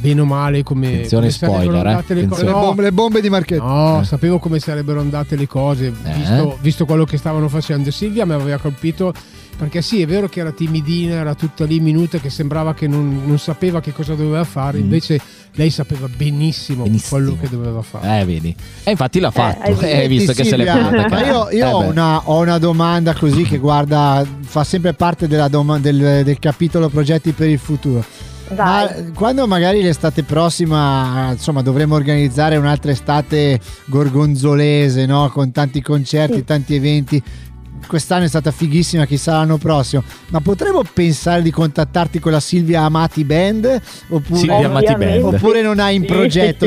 Speaker 4: bene o male come,
Speaker 3: Attenzione,
Speaker 4: come sarebbero
Speaker 3: spoiler, eh.
Speaker 4: andate le cose.
Speaker 10: le,
Speaker 3: Attenzione.
Speaker 4: No,
Speaker 10: bombe, le bombe di Marchetti.
Speaker 4: no, sapevo come sarebbero andate le cose,
Speaker 3: Eh?
Speaker 4: visto, visto quello che stavano facendo. Silvia mi aveva colpito perché sì, è vero che era timidina, era tutta lì minuta, che sembrava che non, non sapeva che cosa doveva fare,
Speaker 3: Mm.
Speaker 4: invece lei sapeva benissimo,
Speaker 5: Mm.
Speaker 3: Benissimo.
Speaker 4: quello che doveva fare.
Speaker 3: Eh, vedi. E infatti l'ha fatto.
Speaker 12: hai visto.
Speaker 3: Eh, hai visto che se l'è
Speaker 10: Silvia,
Speaker 3: fatta.
Speaker 10: Ma io, io
Speaker 3: Eh,
Speaker 10: ho,
Speaker 3: beh.
Speaker 10: una, ho una domanda così che guarda, fa sempre parte della doma- del, del capitolo progetti per il futuro. Ma
Speaker 12: Dai.
Speaker 10: quando magari l'estate prossima, insomma, dovremo organizzare un'altra estate gorgonzolese, no? Con tanti concerti,
Speaker 12: Sì.
Speaker 10: tanti eventi. quest'anno è stata fighissima, chissà l'anno prossimo. Ma potremmo pensare di contattarti con la Silvia Amati Band? Oppure,
Speaker 3: Silvia Amati Band.
Speaker 10: Oppure non hai in
Speaker 12: Sì.
Speaker 10: progetto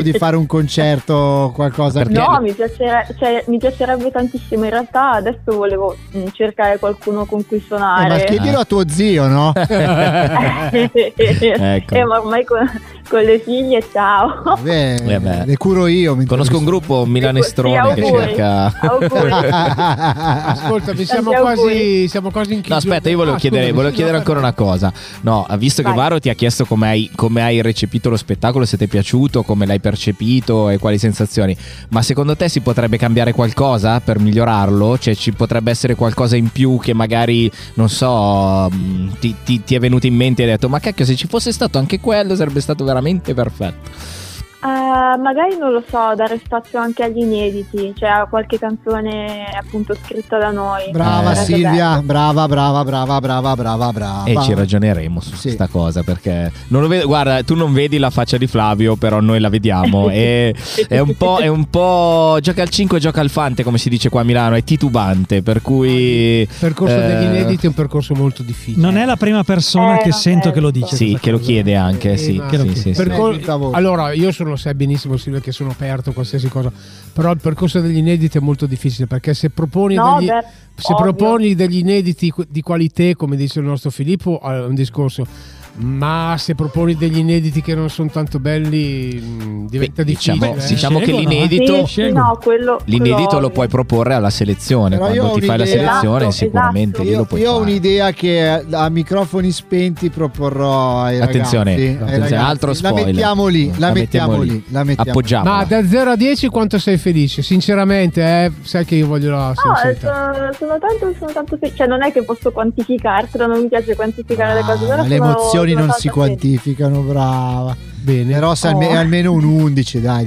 Speaker 10: di fare un concerto o qualcosa?
Speaker 12: No, mi, piacere- cioè, mi piacerebbe tantissimo. In realtà adesso volevo mm, cercare qualcuno con cui
Speaker 10: Eh, ma
Speaker 12: suonare.
Speaker 10: chiedilo a tuo zio, no? Eh,
Speaker 3: Eh,
Speaker 12: ecco. eh, ma ormai con, con le figlie, ciao.
Speaker 10: Beh,
Speaker 3: Eh beh.
Speaker 10: le curo io.
Speaker 3: Conosco un gruppo milanestrone che
Speaker 12: auguri.
Speaker 3: cerca.
Speaker 4: Ascoltami, siamo
Speaker 12: Tanti auguri.
Speaker 4: quasi, siamo quasi in Ah,
Speaker 3: No, aspetta, io
Speaker 10: ah,
Speaker 3: volevo chiedere, volevo chiedere ancora una cosa. No, visto che
Speaker 4: Vai.
Speaker 3: Varo ti ha chiesto come hai, come hai recepito lo spettacolo, se ti è piaciuto, come l'hai percepito e quali sensazioni, ma secondo te si potrebbe cambiare qualcosa per migliorarlo? Cioè ci potrebbe essere qualcosa in più che magari, non so, mh, ti, ti- ti è venuto in mente e hai detto, ma cacchio, se ci fosse stato anche quello sarebbe stato veramente perfetto.
Speaker 12: Eh, magari non lo so, dare spazio anche agli inediti, cioè a qualche canzone appunto scritta da noi.
Speaker 10: Brava
Speaker 3: Eh.
Speaker 12: Sarebbe
Speaker 10: Silvia, brava, brava, brava, brava, brava, brava.
Speaker 3: E Eh, ci ragioneremo su
Speaker 10: Sì.
Speaker 3: questa cosa perché non lo vedo, guarda, tu non vedi la faccia di Flavio, però noi la vediamo. e, è, un po', è un po' gioca al 5 e gioca al fante, come si dice qua a Milano, è titubante, per
Speaker 10: Ah,
Speaker 3: cui...
Speaker 4: Il percorso degli
Speaker 3: eh,
Speaker 4: inediti è un percorso molto difficile.
Speaker 5: Non è la prima persona che sento che lo dice.
Speaker 3: Sì, che lo chiede anche,
Speaker 4: Eh,
Speaker 3: sì.
Speaker 4: ma-
Speaker 3: sì, sì, sì.
Speaker 4: Percor- allora, io sono, sai benissimo Silvia che sono aperto a qualsiasi cosa, però il percorso degli inediti è molto difficile perché se proponi,
Speaker 12: No,
Speaker 4: degli,
Speaker 12: beh,
Speaker 4: se
Speaker 12: ovvio.
Speaker 4: proponi degli inediti qu- di qualità, come dice il nostro Filippo, è un discorso, ma se proponi degli inediti che non sono tanto belli mh, diventa difficile.
Speaker 3: diciamo,
Speaker 4: eh.
Speaker 3: diciamo che l'inedito...
Speaker 12: Sì, sì, no, quello,
Speaker 3: L'inedito
Speaker 12: quello-
Speaker 3: lo puoi proporre alla selezione,
Speaker 10: Però io
Speaker 3: quando
Speaker 10: ho
Speaker 3: ti fai la
Speaker 10: un'idea.
Speaker 3: selezione
Speaker 10: Esatto,
Speaker 3: sicuramente lì lo
Speaker 10: Io,
Speaker 3: puoi
Speaker 10: io ho
Speaker 3: fare.
Speaker 10: un'idea che a microfoni spenti proporrò ai
Speaker 3: Attenzione,
Speaker 10: ragazzi. ai
Speaker 3: attenzione,
Speaker 10: ragazzi.
Speaker 3: altro spoiler.
Speaker 10: La mettiamo lì, la, mettiamo, lì. la mettiamo.
Speaker 3: Appoggiamola.
Speaker 4: Ma da 0 a 10 quanto sei felice? Sinceramente, eh, sai che io voglio la
Speaker 12: No,
Speaker 4: sincerità.
Speaker 12: sono, sono tanto, sono tanto felice. Cioè, non è che posso quantificartelo, non mi piace quantificare le cose.
Speaker 10: Ah,
Speaker 12: Però
Speaker 10: ma le
Speaker 12: sono-
Speaker 10: emozioni
Speaker 12: sono
Speaker 10: non
Speaker 12: tanto
Speaker 10: si
Speaker 12: felice.
Speaker 10: quantificano, brava.
Speaker 4: Bene.
Speaker 10: Però se alme-
Speaker 12: Oh.
Speaker 10: almeno un 11, dai.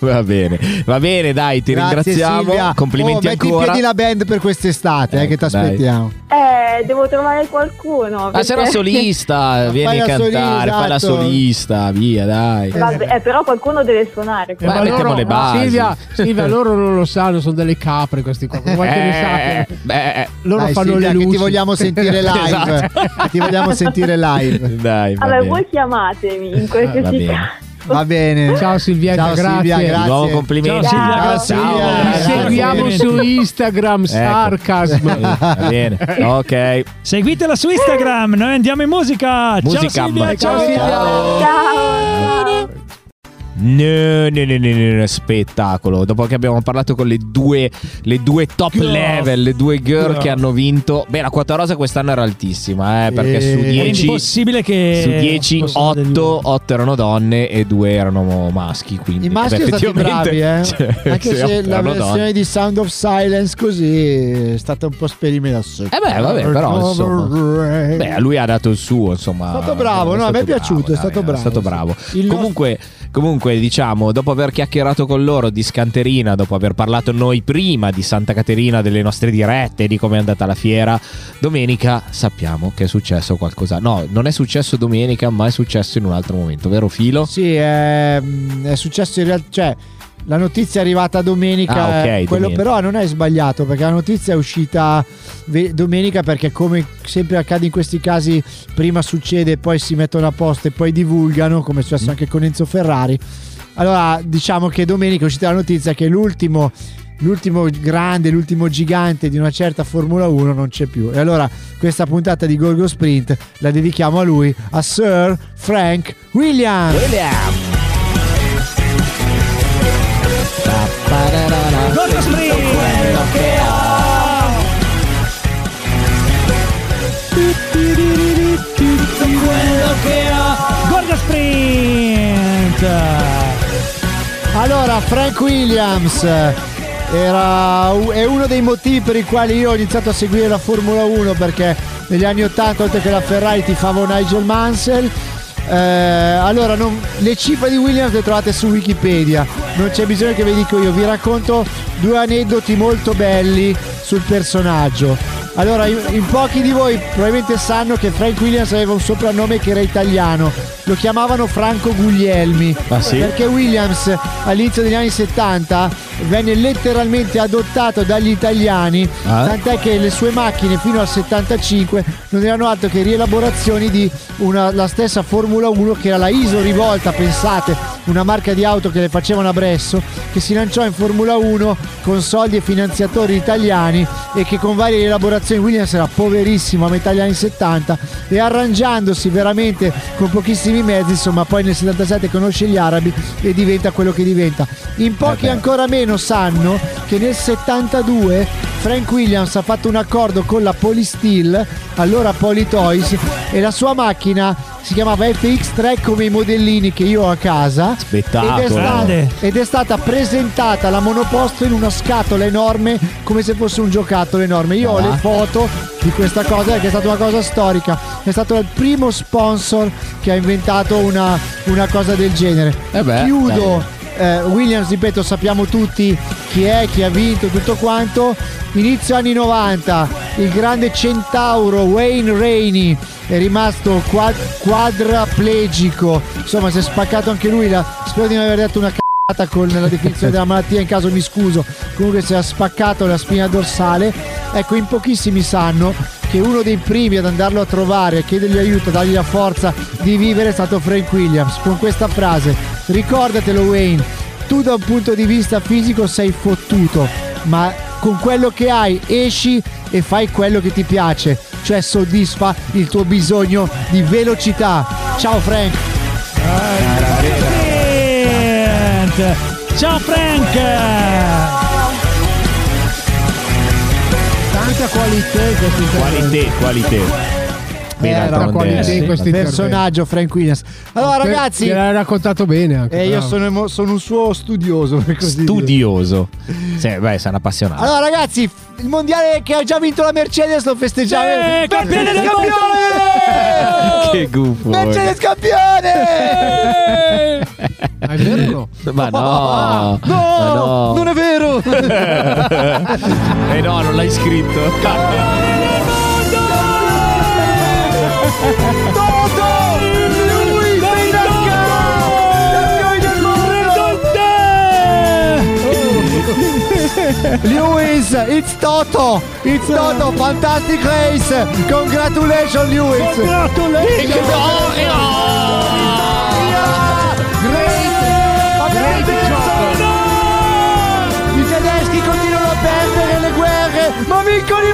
Speaker 3: va bene, va bene, dai, ti ringraziamo. Complimenti
Speaker 10: oh, metti in
Speaker 3: ancora.
Speaker 10: piedi la band per quest'estate, eh, che ti
Speaker 3: Ecco, dai.
Speaker 10: aspettiamo.
Speaker 12: Eh, devo trovare qualcuno.
Speaker 3: Ah,
Speaker 11: Eh.
Speaker 3: sei una
Speaker 12: perché-
Speaker 3: solista, vieni
Speaker 12: la
Speaker 3: a cantare,
Speaker 12: solista,
Speaker 3: fai la
Speaker 12: esatto.
Speaker 3: solista, via, dai.
Speaker 12: Vabbè, eh, però qualcuno deve suonare.
Speaker 3: Eh,
Speaker 4: Eh,
Speaker 3: Ma
Speaker 12: quindi-
Speaker 3: mettiamo le basi.
Speaker 4: Silvia, Silvia, loro non lo sanno, sono delle capre questi qua. Vuoi che ne
Speaker 3: Eh,
Speaker 4: sappiano?
Speaker 3: beh.
Speaker 4: Loro
Speaker 10: Dai,
Speaker 4: fanno
Speaker 10: Silvia,
Speaker 4: le
Speaker 10: che
Speaker 4: luci.
Speaker 10: ti vogliamo sentire live.
Speaker 3: Esatto.
Speaker 10: Ti vogliamo sentire live.
Speaker 3: Dai, va
Speaker 12: Allora,
Speaker 3: bene.
Speaker 12: voi chiamatemi in
Speaker 3: Ah, va
Speaker 12: qualsiasi
Speaker 3: bene.
Speaker 12: caso.
Speaker 10: Va bene.
Speaker 4: Ciao Silvietta,
Speaker 10: Ciao, Silvia,
Speaker 4: grazie.
Speaker 10: grazie.
Speaker 3: Di nuovo complimenti.
Speaker 5: Ciao, Silvia,
Speaker 3: Ciao, Silvia,
Speaker 5: grazie.
Speaker 3: Ecco.
Speaker 5: Silvia,
Speaker 4: Ci
Speaker 3: grazie.
Speaker 4: seguiamo su Instagram, Sarcasm.
Speaker 3: Eh, Va bene, ok.
Speaker 5: Seguitela su Instagram, noi andiamo in musica.
Speaker 3: Musica.
Speaker 5: Ciao Silvia, ciao Silvia.
Speaker 9: Eh.
Speaker 3: No, no, no, no, no, no, spettacolo. Dopo che abbiamo parlato con le due, le due top
Speaker 5: Girl.
Speaker 3: level, le due girl
Speaker 5: Girl.
Speaker 3: che hanno vinto. Beh, la quota rosa quest'anno era altissima, eh, perché su
Speaker 5: È
Speaker 3: 10
Speaker 5: impossibile che
Speaker 3: su 10,
Speaker 5: possano
Speaker 3: 8, erano donne e 2 erano maschi. Quindi,
Speaker 10: I maschi
Speaker 3: beh,
Speaker 10: sono stati
Speaker 3: effettivamente,
Speaker 10: bravi, eh.
Speaker 3: cioè,
Speaker 10: Anche se
Speaker 3: otto
Speaker 10: la
Speaker 3: erano
Speaker 10: versione
Speaker 3: donne.
Speaker 10: di Sound of Silence così è stata un po' sperimentale.
Speaker 3: Eh beh, vabbè, però insomma. Beh, lui ha dato il suo, insomma.
Speaker 10: È stato bravo, no, a me è
Speaker 3: stato
Speaker 10: piaciuto, è stato
Speaker 3: dai,
Speaker 10: bravo, sì. Il nostro-
Speaker 3: Comunque, comunque, diciamo, dopo aver chiacchierato con loro di Scanterina, dopo aver parlato noi prima di Santa Caterina, delle nostre dirette, di come è andata la fiera, domenica sappiamo che è successo qualcosa. No, non è successo domenica, ma è successo in un altro momento, vero Filo?
Speaker 10: Sì, è, mm, è successo in realtà. Cioè, la notizia è arrivata domenica.
Speaker 3: Ah, ok,
Speaker 10: eh, quello
Speaker 3: domenica.
Speaker 10: però non è sbagliato perché la notizia è uscita ve- domenica perché, come sempre accade in questi casi, prima succede, poi si mettono a posto e poi divulgano, come è
Speaker 3: Mm.
Speaker 10: successo anche con Enzo Ferrari. Allora, diciamo che domenica è uscita la notizia che l'ultimo. L'ultimo grande, l'ultimo gigante di una certa Formula 1 non c'è più. E allora questa puntata di Gorgo Sprint la dedichiamo a lui, a Sir Frank Williams.
Speaker 5: Gorgo Sprint! quello che ho. Quello che ho. Gorgo Sprint!
Speaker 10: Allora, Frank Williams era, è uno dei motivi per i quali io ho iniziato a seguire la Formula 1 perché negli anni 80, oltre che la Ferrari, tifavo Nigel Mansell. Eh, allora, non- le cifre di Williams le trovate su Wikipedia, non c'è bisogno che ve dico io. Vi racconto due aneddoti molto belli sul personaggio. Allora, in, in pochi di voi probabilmente sanno che Frank Williams aveva un soprannome che era italiano. Lo chiamavano Franco Guglielmi.
Speaker 13: Ah, sì?
Speaker 10: Perché Williams all'inizio degli anni 70 venne letteralmente adottato dagli italiani,
Speaker 13: Ah.
Speaker 10: tant'è che le sue macchine fino al 75 non erano altro che rielaborazioni di una- la stessa Formula 1 che era la ISO Rivolta, pensate, una marca di auto che le facevano a Bresso, che si lanciò in Formula 1 con soldi e finanziatori italiani e che con varie rielaborazioni Williams era poverissimo a metà degli anni 70 e arrangiandosi veramente con pochissimi mezzi, insomma poi nel 77 conosce gli arabi e diventa quello che diventa. In pochi ancora meno sanno che nel 72 Frank Williams ha fatto un accordo con la Polysteel, allora Polytoys, e la sua macchina si chiamava FX3 come i modellini che io ho a casa.
Speaker 3: Spettacolo.
Speaker 10: Ed è,
Speaker 3: Grande.
Speaker 10: stata, ed è stata presentata la monoposto in una scatola enorme come se fosse un giocattolo enorme. Io ho
Speaker 3: Ah.
Speaker 10: le foto di questa cosa che è stata una cosa storica. È stato il primo sponsor che ha inventato una, una cosa del genere.
Speaker 3: Eh beh,
Speaker 10: Chiudo.
Speaker 3: dai.
Speaker 10: eh, Williams, ripeto, sappiamo tutti chi è, chi ha vinto, tutto quanto. Inizio anni 90, il grande centauro Wayne Rainey è rimasto qua- quadraplegico. Insomma, si è spaccato anche lui. La- spero di non aver detto una c***a sbagliata con la definizione della malattia, in caso mi scuso. Comunque si è spaccato la spina dorsale. Ecco, in pochissimi sanno che uno dei primi ad andarlo a trovare, a chiedergli aiuto, a dargli la forza di vivere è stato Frank Williams con questa frase. Ricordatelo Wayne, tu da un punto di vista fisico sei fottuto, ma con quello che hai esci e fai quello che ti piace, cioè soddisfa il tuo bisogno di velocità. Ciao Frank!
Speaker 5: Niente. Ciao
Speaker 4: Eh,
Speaker 5: Frank!
Speaker 4: Tanta qualità in questo
Speaker 13: Qualità, qualità.
Speaker 10: Eh, era
Speaker 4: Tanta qualità in questo intervento.
Speaker 10: personaggio Frank Williams. Allora
Speaker 4: Che-
Speaker 10: ragazzi,
Speaker 4: che l'hai raccontato bene anche.
Speaker 10: eh, io
Speaker 4: bravo.
Speaker 10: sono, emo- sono un suo studioso. per così dire.
Speaker 3: Studioso. Sì, beh, sei un appassionato.
Speaker 10: Allora ragazzi, il mondiale che ha già vinto la Mercedes lo festeggiamo.
Speaker 4: Eh,
Speaker 5: Sì, Eh, campione del
Speaker 3: che gufo.
Speaker 10: Mercedes campione! Ah,
Speaker 4: È vero o Eh. no?
Speaker 3: Ma no.
Speaker 10: No,
Speaker 3: Ma no.
Speaker 10: non è vero!
Speaker 3: eh no, non l'hai scritto.
Speaker 10: Lewis, it's Toto! It's Toto, fantastic race! Congratulations Lewis! eh, Great job! I tedeschi continuano a perdere le guerre, ma vincono i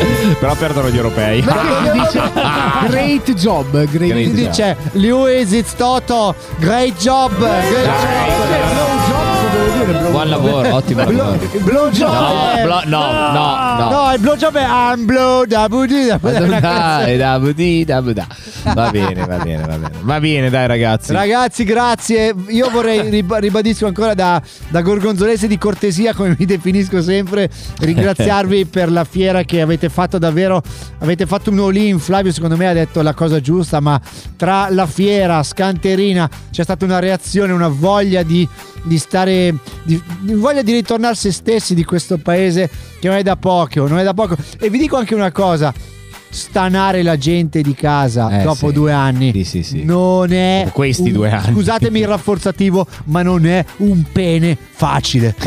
Speaker 10: mondiali!
Speaker 13: Però perdono gli europei.
Speaker 4: Perché gli dice great job, great,
Speaker 13: Great
Speaker 10: Quindi
Speaker 13: job.
Speaker 10: dice Lewis, it's Toto, great job! Great
Speaker 3: Cioè, Buon lavoro, ottimo
Speaker 10: Blow-
Speaker 3: lavoro.
Speaker 10: blowjob
Speaker 3: No,
Speaker 10: è-
Speaker 3: blo- no, no, no.
Speaker 10: No, il blowjob è I'm blow da budi da
Speaker 3: Ma
Speaker 10: è una canzone.
Speaker 3: dai, da, budì, da, budà. Va bene, va bene, va bene. Va bene, dai ragazzi.
Speaker 10: Ragazzi, grazie. Io vorrei rib- ribadisco ancora da, da gorgonzolese di cortesia, come mi definisco sempre, ringraziarvi per la fiera che avete fatto davvero. Avete fatto un all-in. Flavio, secondo me, ha detto la cosa giusta. Ma tra la fiera, Scanterina, c'è stata una reazione, una voglia di, di stare, di, di voglia di ritornare se stessi di questo paese che non è da poco. Non è da poco. E vi dico anche una cosa. Stanare la gente di casa
Speaker 3: Eh,
Speaker 10: dopo
Speaker 3: sì.
Speaker 10: due anni non è
Speaker 3: Questi
Speaker 10: un-
Speaker 3: due anni.
Speaker 10: Scusatemi il rafforzativo, ma non è un pene facile.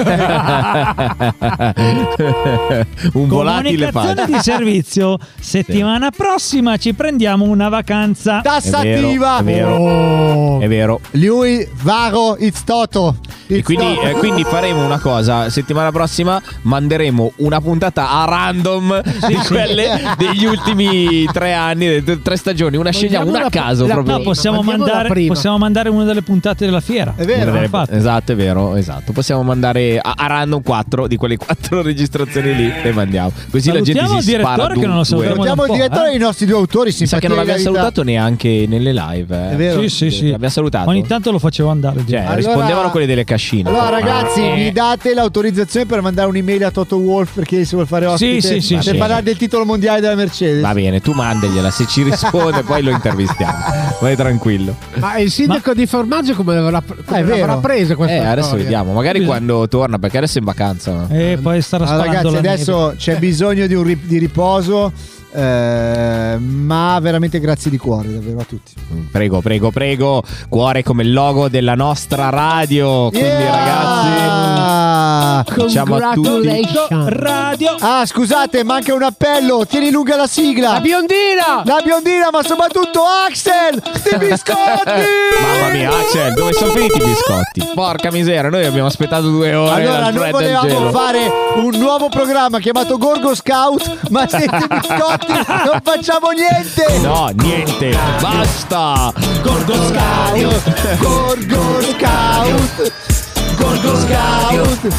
Speaker 3: Un volatile
Speaker 5: Comunicazione di servizio. Settimana prossima ci prendiamo una vacanza.
Speaker 10: Tassativa.
Speaker 13: È vero, è vero. È vero.
Speaker 10: Oh. Lui, Vago, it's Toto.
Speaker 3: E quindi, eh, quindi faremo una cosa: settimana prossima manderemo una puntata a random di
Speaker 5: sì.
Speaker 3: quelle degli ultimi tre anni, de- tre stagioni. Una scegliamo una a caso proprio.
Speaker 5: No, possiamo mandare, possiamo mandare una delle puntate della fiera. È
Speaker 3: Una delle- Esatto, è vero, esatto. Possiamo mandare a, a random 4 di quelle 4 registrazioni lì e mandiamo. Così la gente
Speaker 5: Salutiamo
Speaker 3: si
Speaker 5: il direttore
Speaker 3: spara
Speaker 5: che
Speaker 3: due-
Speaker 5: non lo salutiamo
Speaker 3: due-
Speaker 5: da un
Speaker 10: Siamo il
Speaker 5: po',
Speaker 10: direttore
Speaker 5: eh?
Speaker 10: dei nostri due autori.
Speaker 3: Mi sa che non l'abbiamo salutato neanche nelle live. eh.
Speaker 10: È vero. Sì, sì, sì.
Speaker 3: L'abbiamo salutato.
Speaker 5: Ogni tanto lo facevo andare.
Speaker 3: Cioè,
Speaker 10: Allora-
Speaker 3: rispondevano quelli delle cascine. Eh,
Speaker 10: Allora ragazzi, mi date l'autorizzazione per mandare un'email a Toto Wolf perché se vuol fare ospite
Speaker 3: sì, sì,
Speaker 10: per
Speaker 3: sì.
Speaker 10: parlare del titolo mondiale della Mercedes.
Speaker 3: Va bene, tu mandagliela, se ci risponde poi lo intervistiamo. Vai tranquillo.
Speaker 4: Ma il sindaco di Formaggio come l'avrà, come l'avrà presa questa
Speaker 3: Eh, adesso
Speaker 4: storia?
Speaker 3: vediamo, magari quando torna, perché adesso è in vacanza.
Speaker 10: Eh.
Speaker 3: no?
Speaker 5: E poi starà
Speaker 10: Allora,
Speaker 5: sparando
Speaker 10: ragazzi,
Speaker 5: la
Speaker 10: adesso
Speaker 5: neve.
Speaker 10: c'è bisogno di un ri- di riposo. eh, ma veramente grazie di cuore davvero a tutti.
Speaker 3: Prego, prego, prego. Cuore come il logo della nostra radio. Quindi ragazzi, diciamo a tutti.
Speaker 5: Radio.
Speaker 10: Ah, scusate, manca un appello. Tieni lunga la sigla. La
Speaker 4: biondina.
Speaker 10: La biondina, ma soprattutto Axel. Ti biscotti.
Speaker 3: Mamma mia, Axel, dove sono finiti i biscotti? Porca miseria, noi abbiamo aspettato due ore.
Speaker 10: Allora,
Speaker 3: dal
Speaker 10: noi
Speaker 3: Fred del
Speaker 10: volevamo
Speaker 3: gelo.
Speaker 10: fare un nuovo programma chiamato Gorgo Scout, ma senza i biscotti non facciamo niente.
Speaker 3: No, niente, basta.
Speaker 10: Gorgo Scout, Gorgo Scout, Gorgo Scout.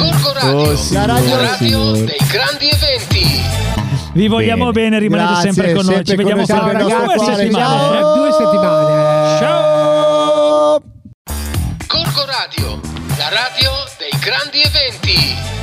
Speaker 1: Corco Radio,
Speaker 3: Oh, signore,
Speaker 1: la radio
Speaker 3: signore.
Speaker 1: dei grandi eventi.
Speaker 5: Vi vogliamo bene, rimanete
Speaker 10: Grazie,
Speaker 5: sempre con noi. Ci
Speaker 10: sempre con
Speaker 5: vediamo
Speaker 10: noi,
Speaker 5: fra
Speaker 10: sempre il nostro
Speaker 5: due
Speaker 4: Due
Speaker 10: cuore. Ciao.
Speaker 5: settimane. eh.
Speaker 4: settimane.
Speaker 10: Ciao.
Speaker 1: Corco Radio, la radio dei grandi eventi.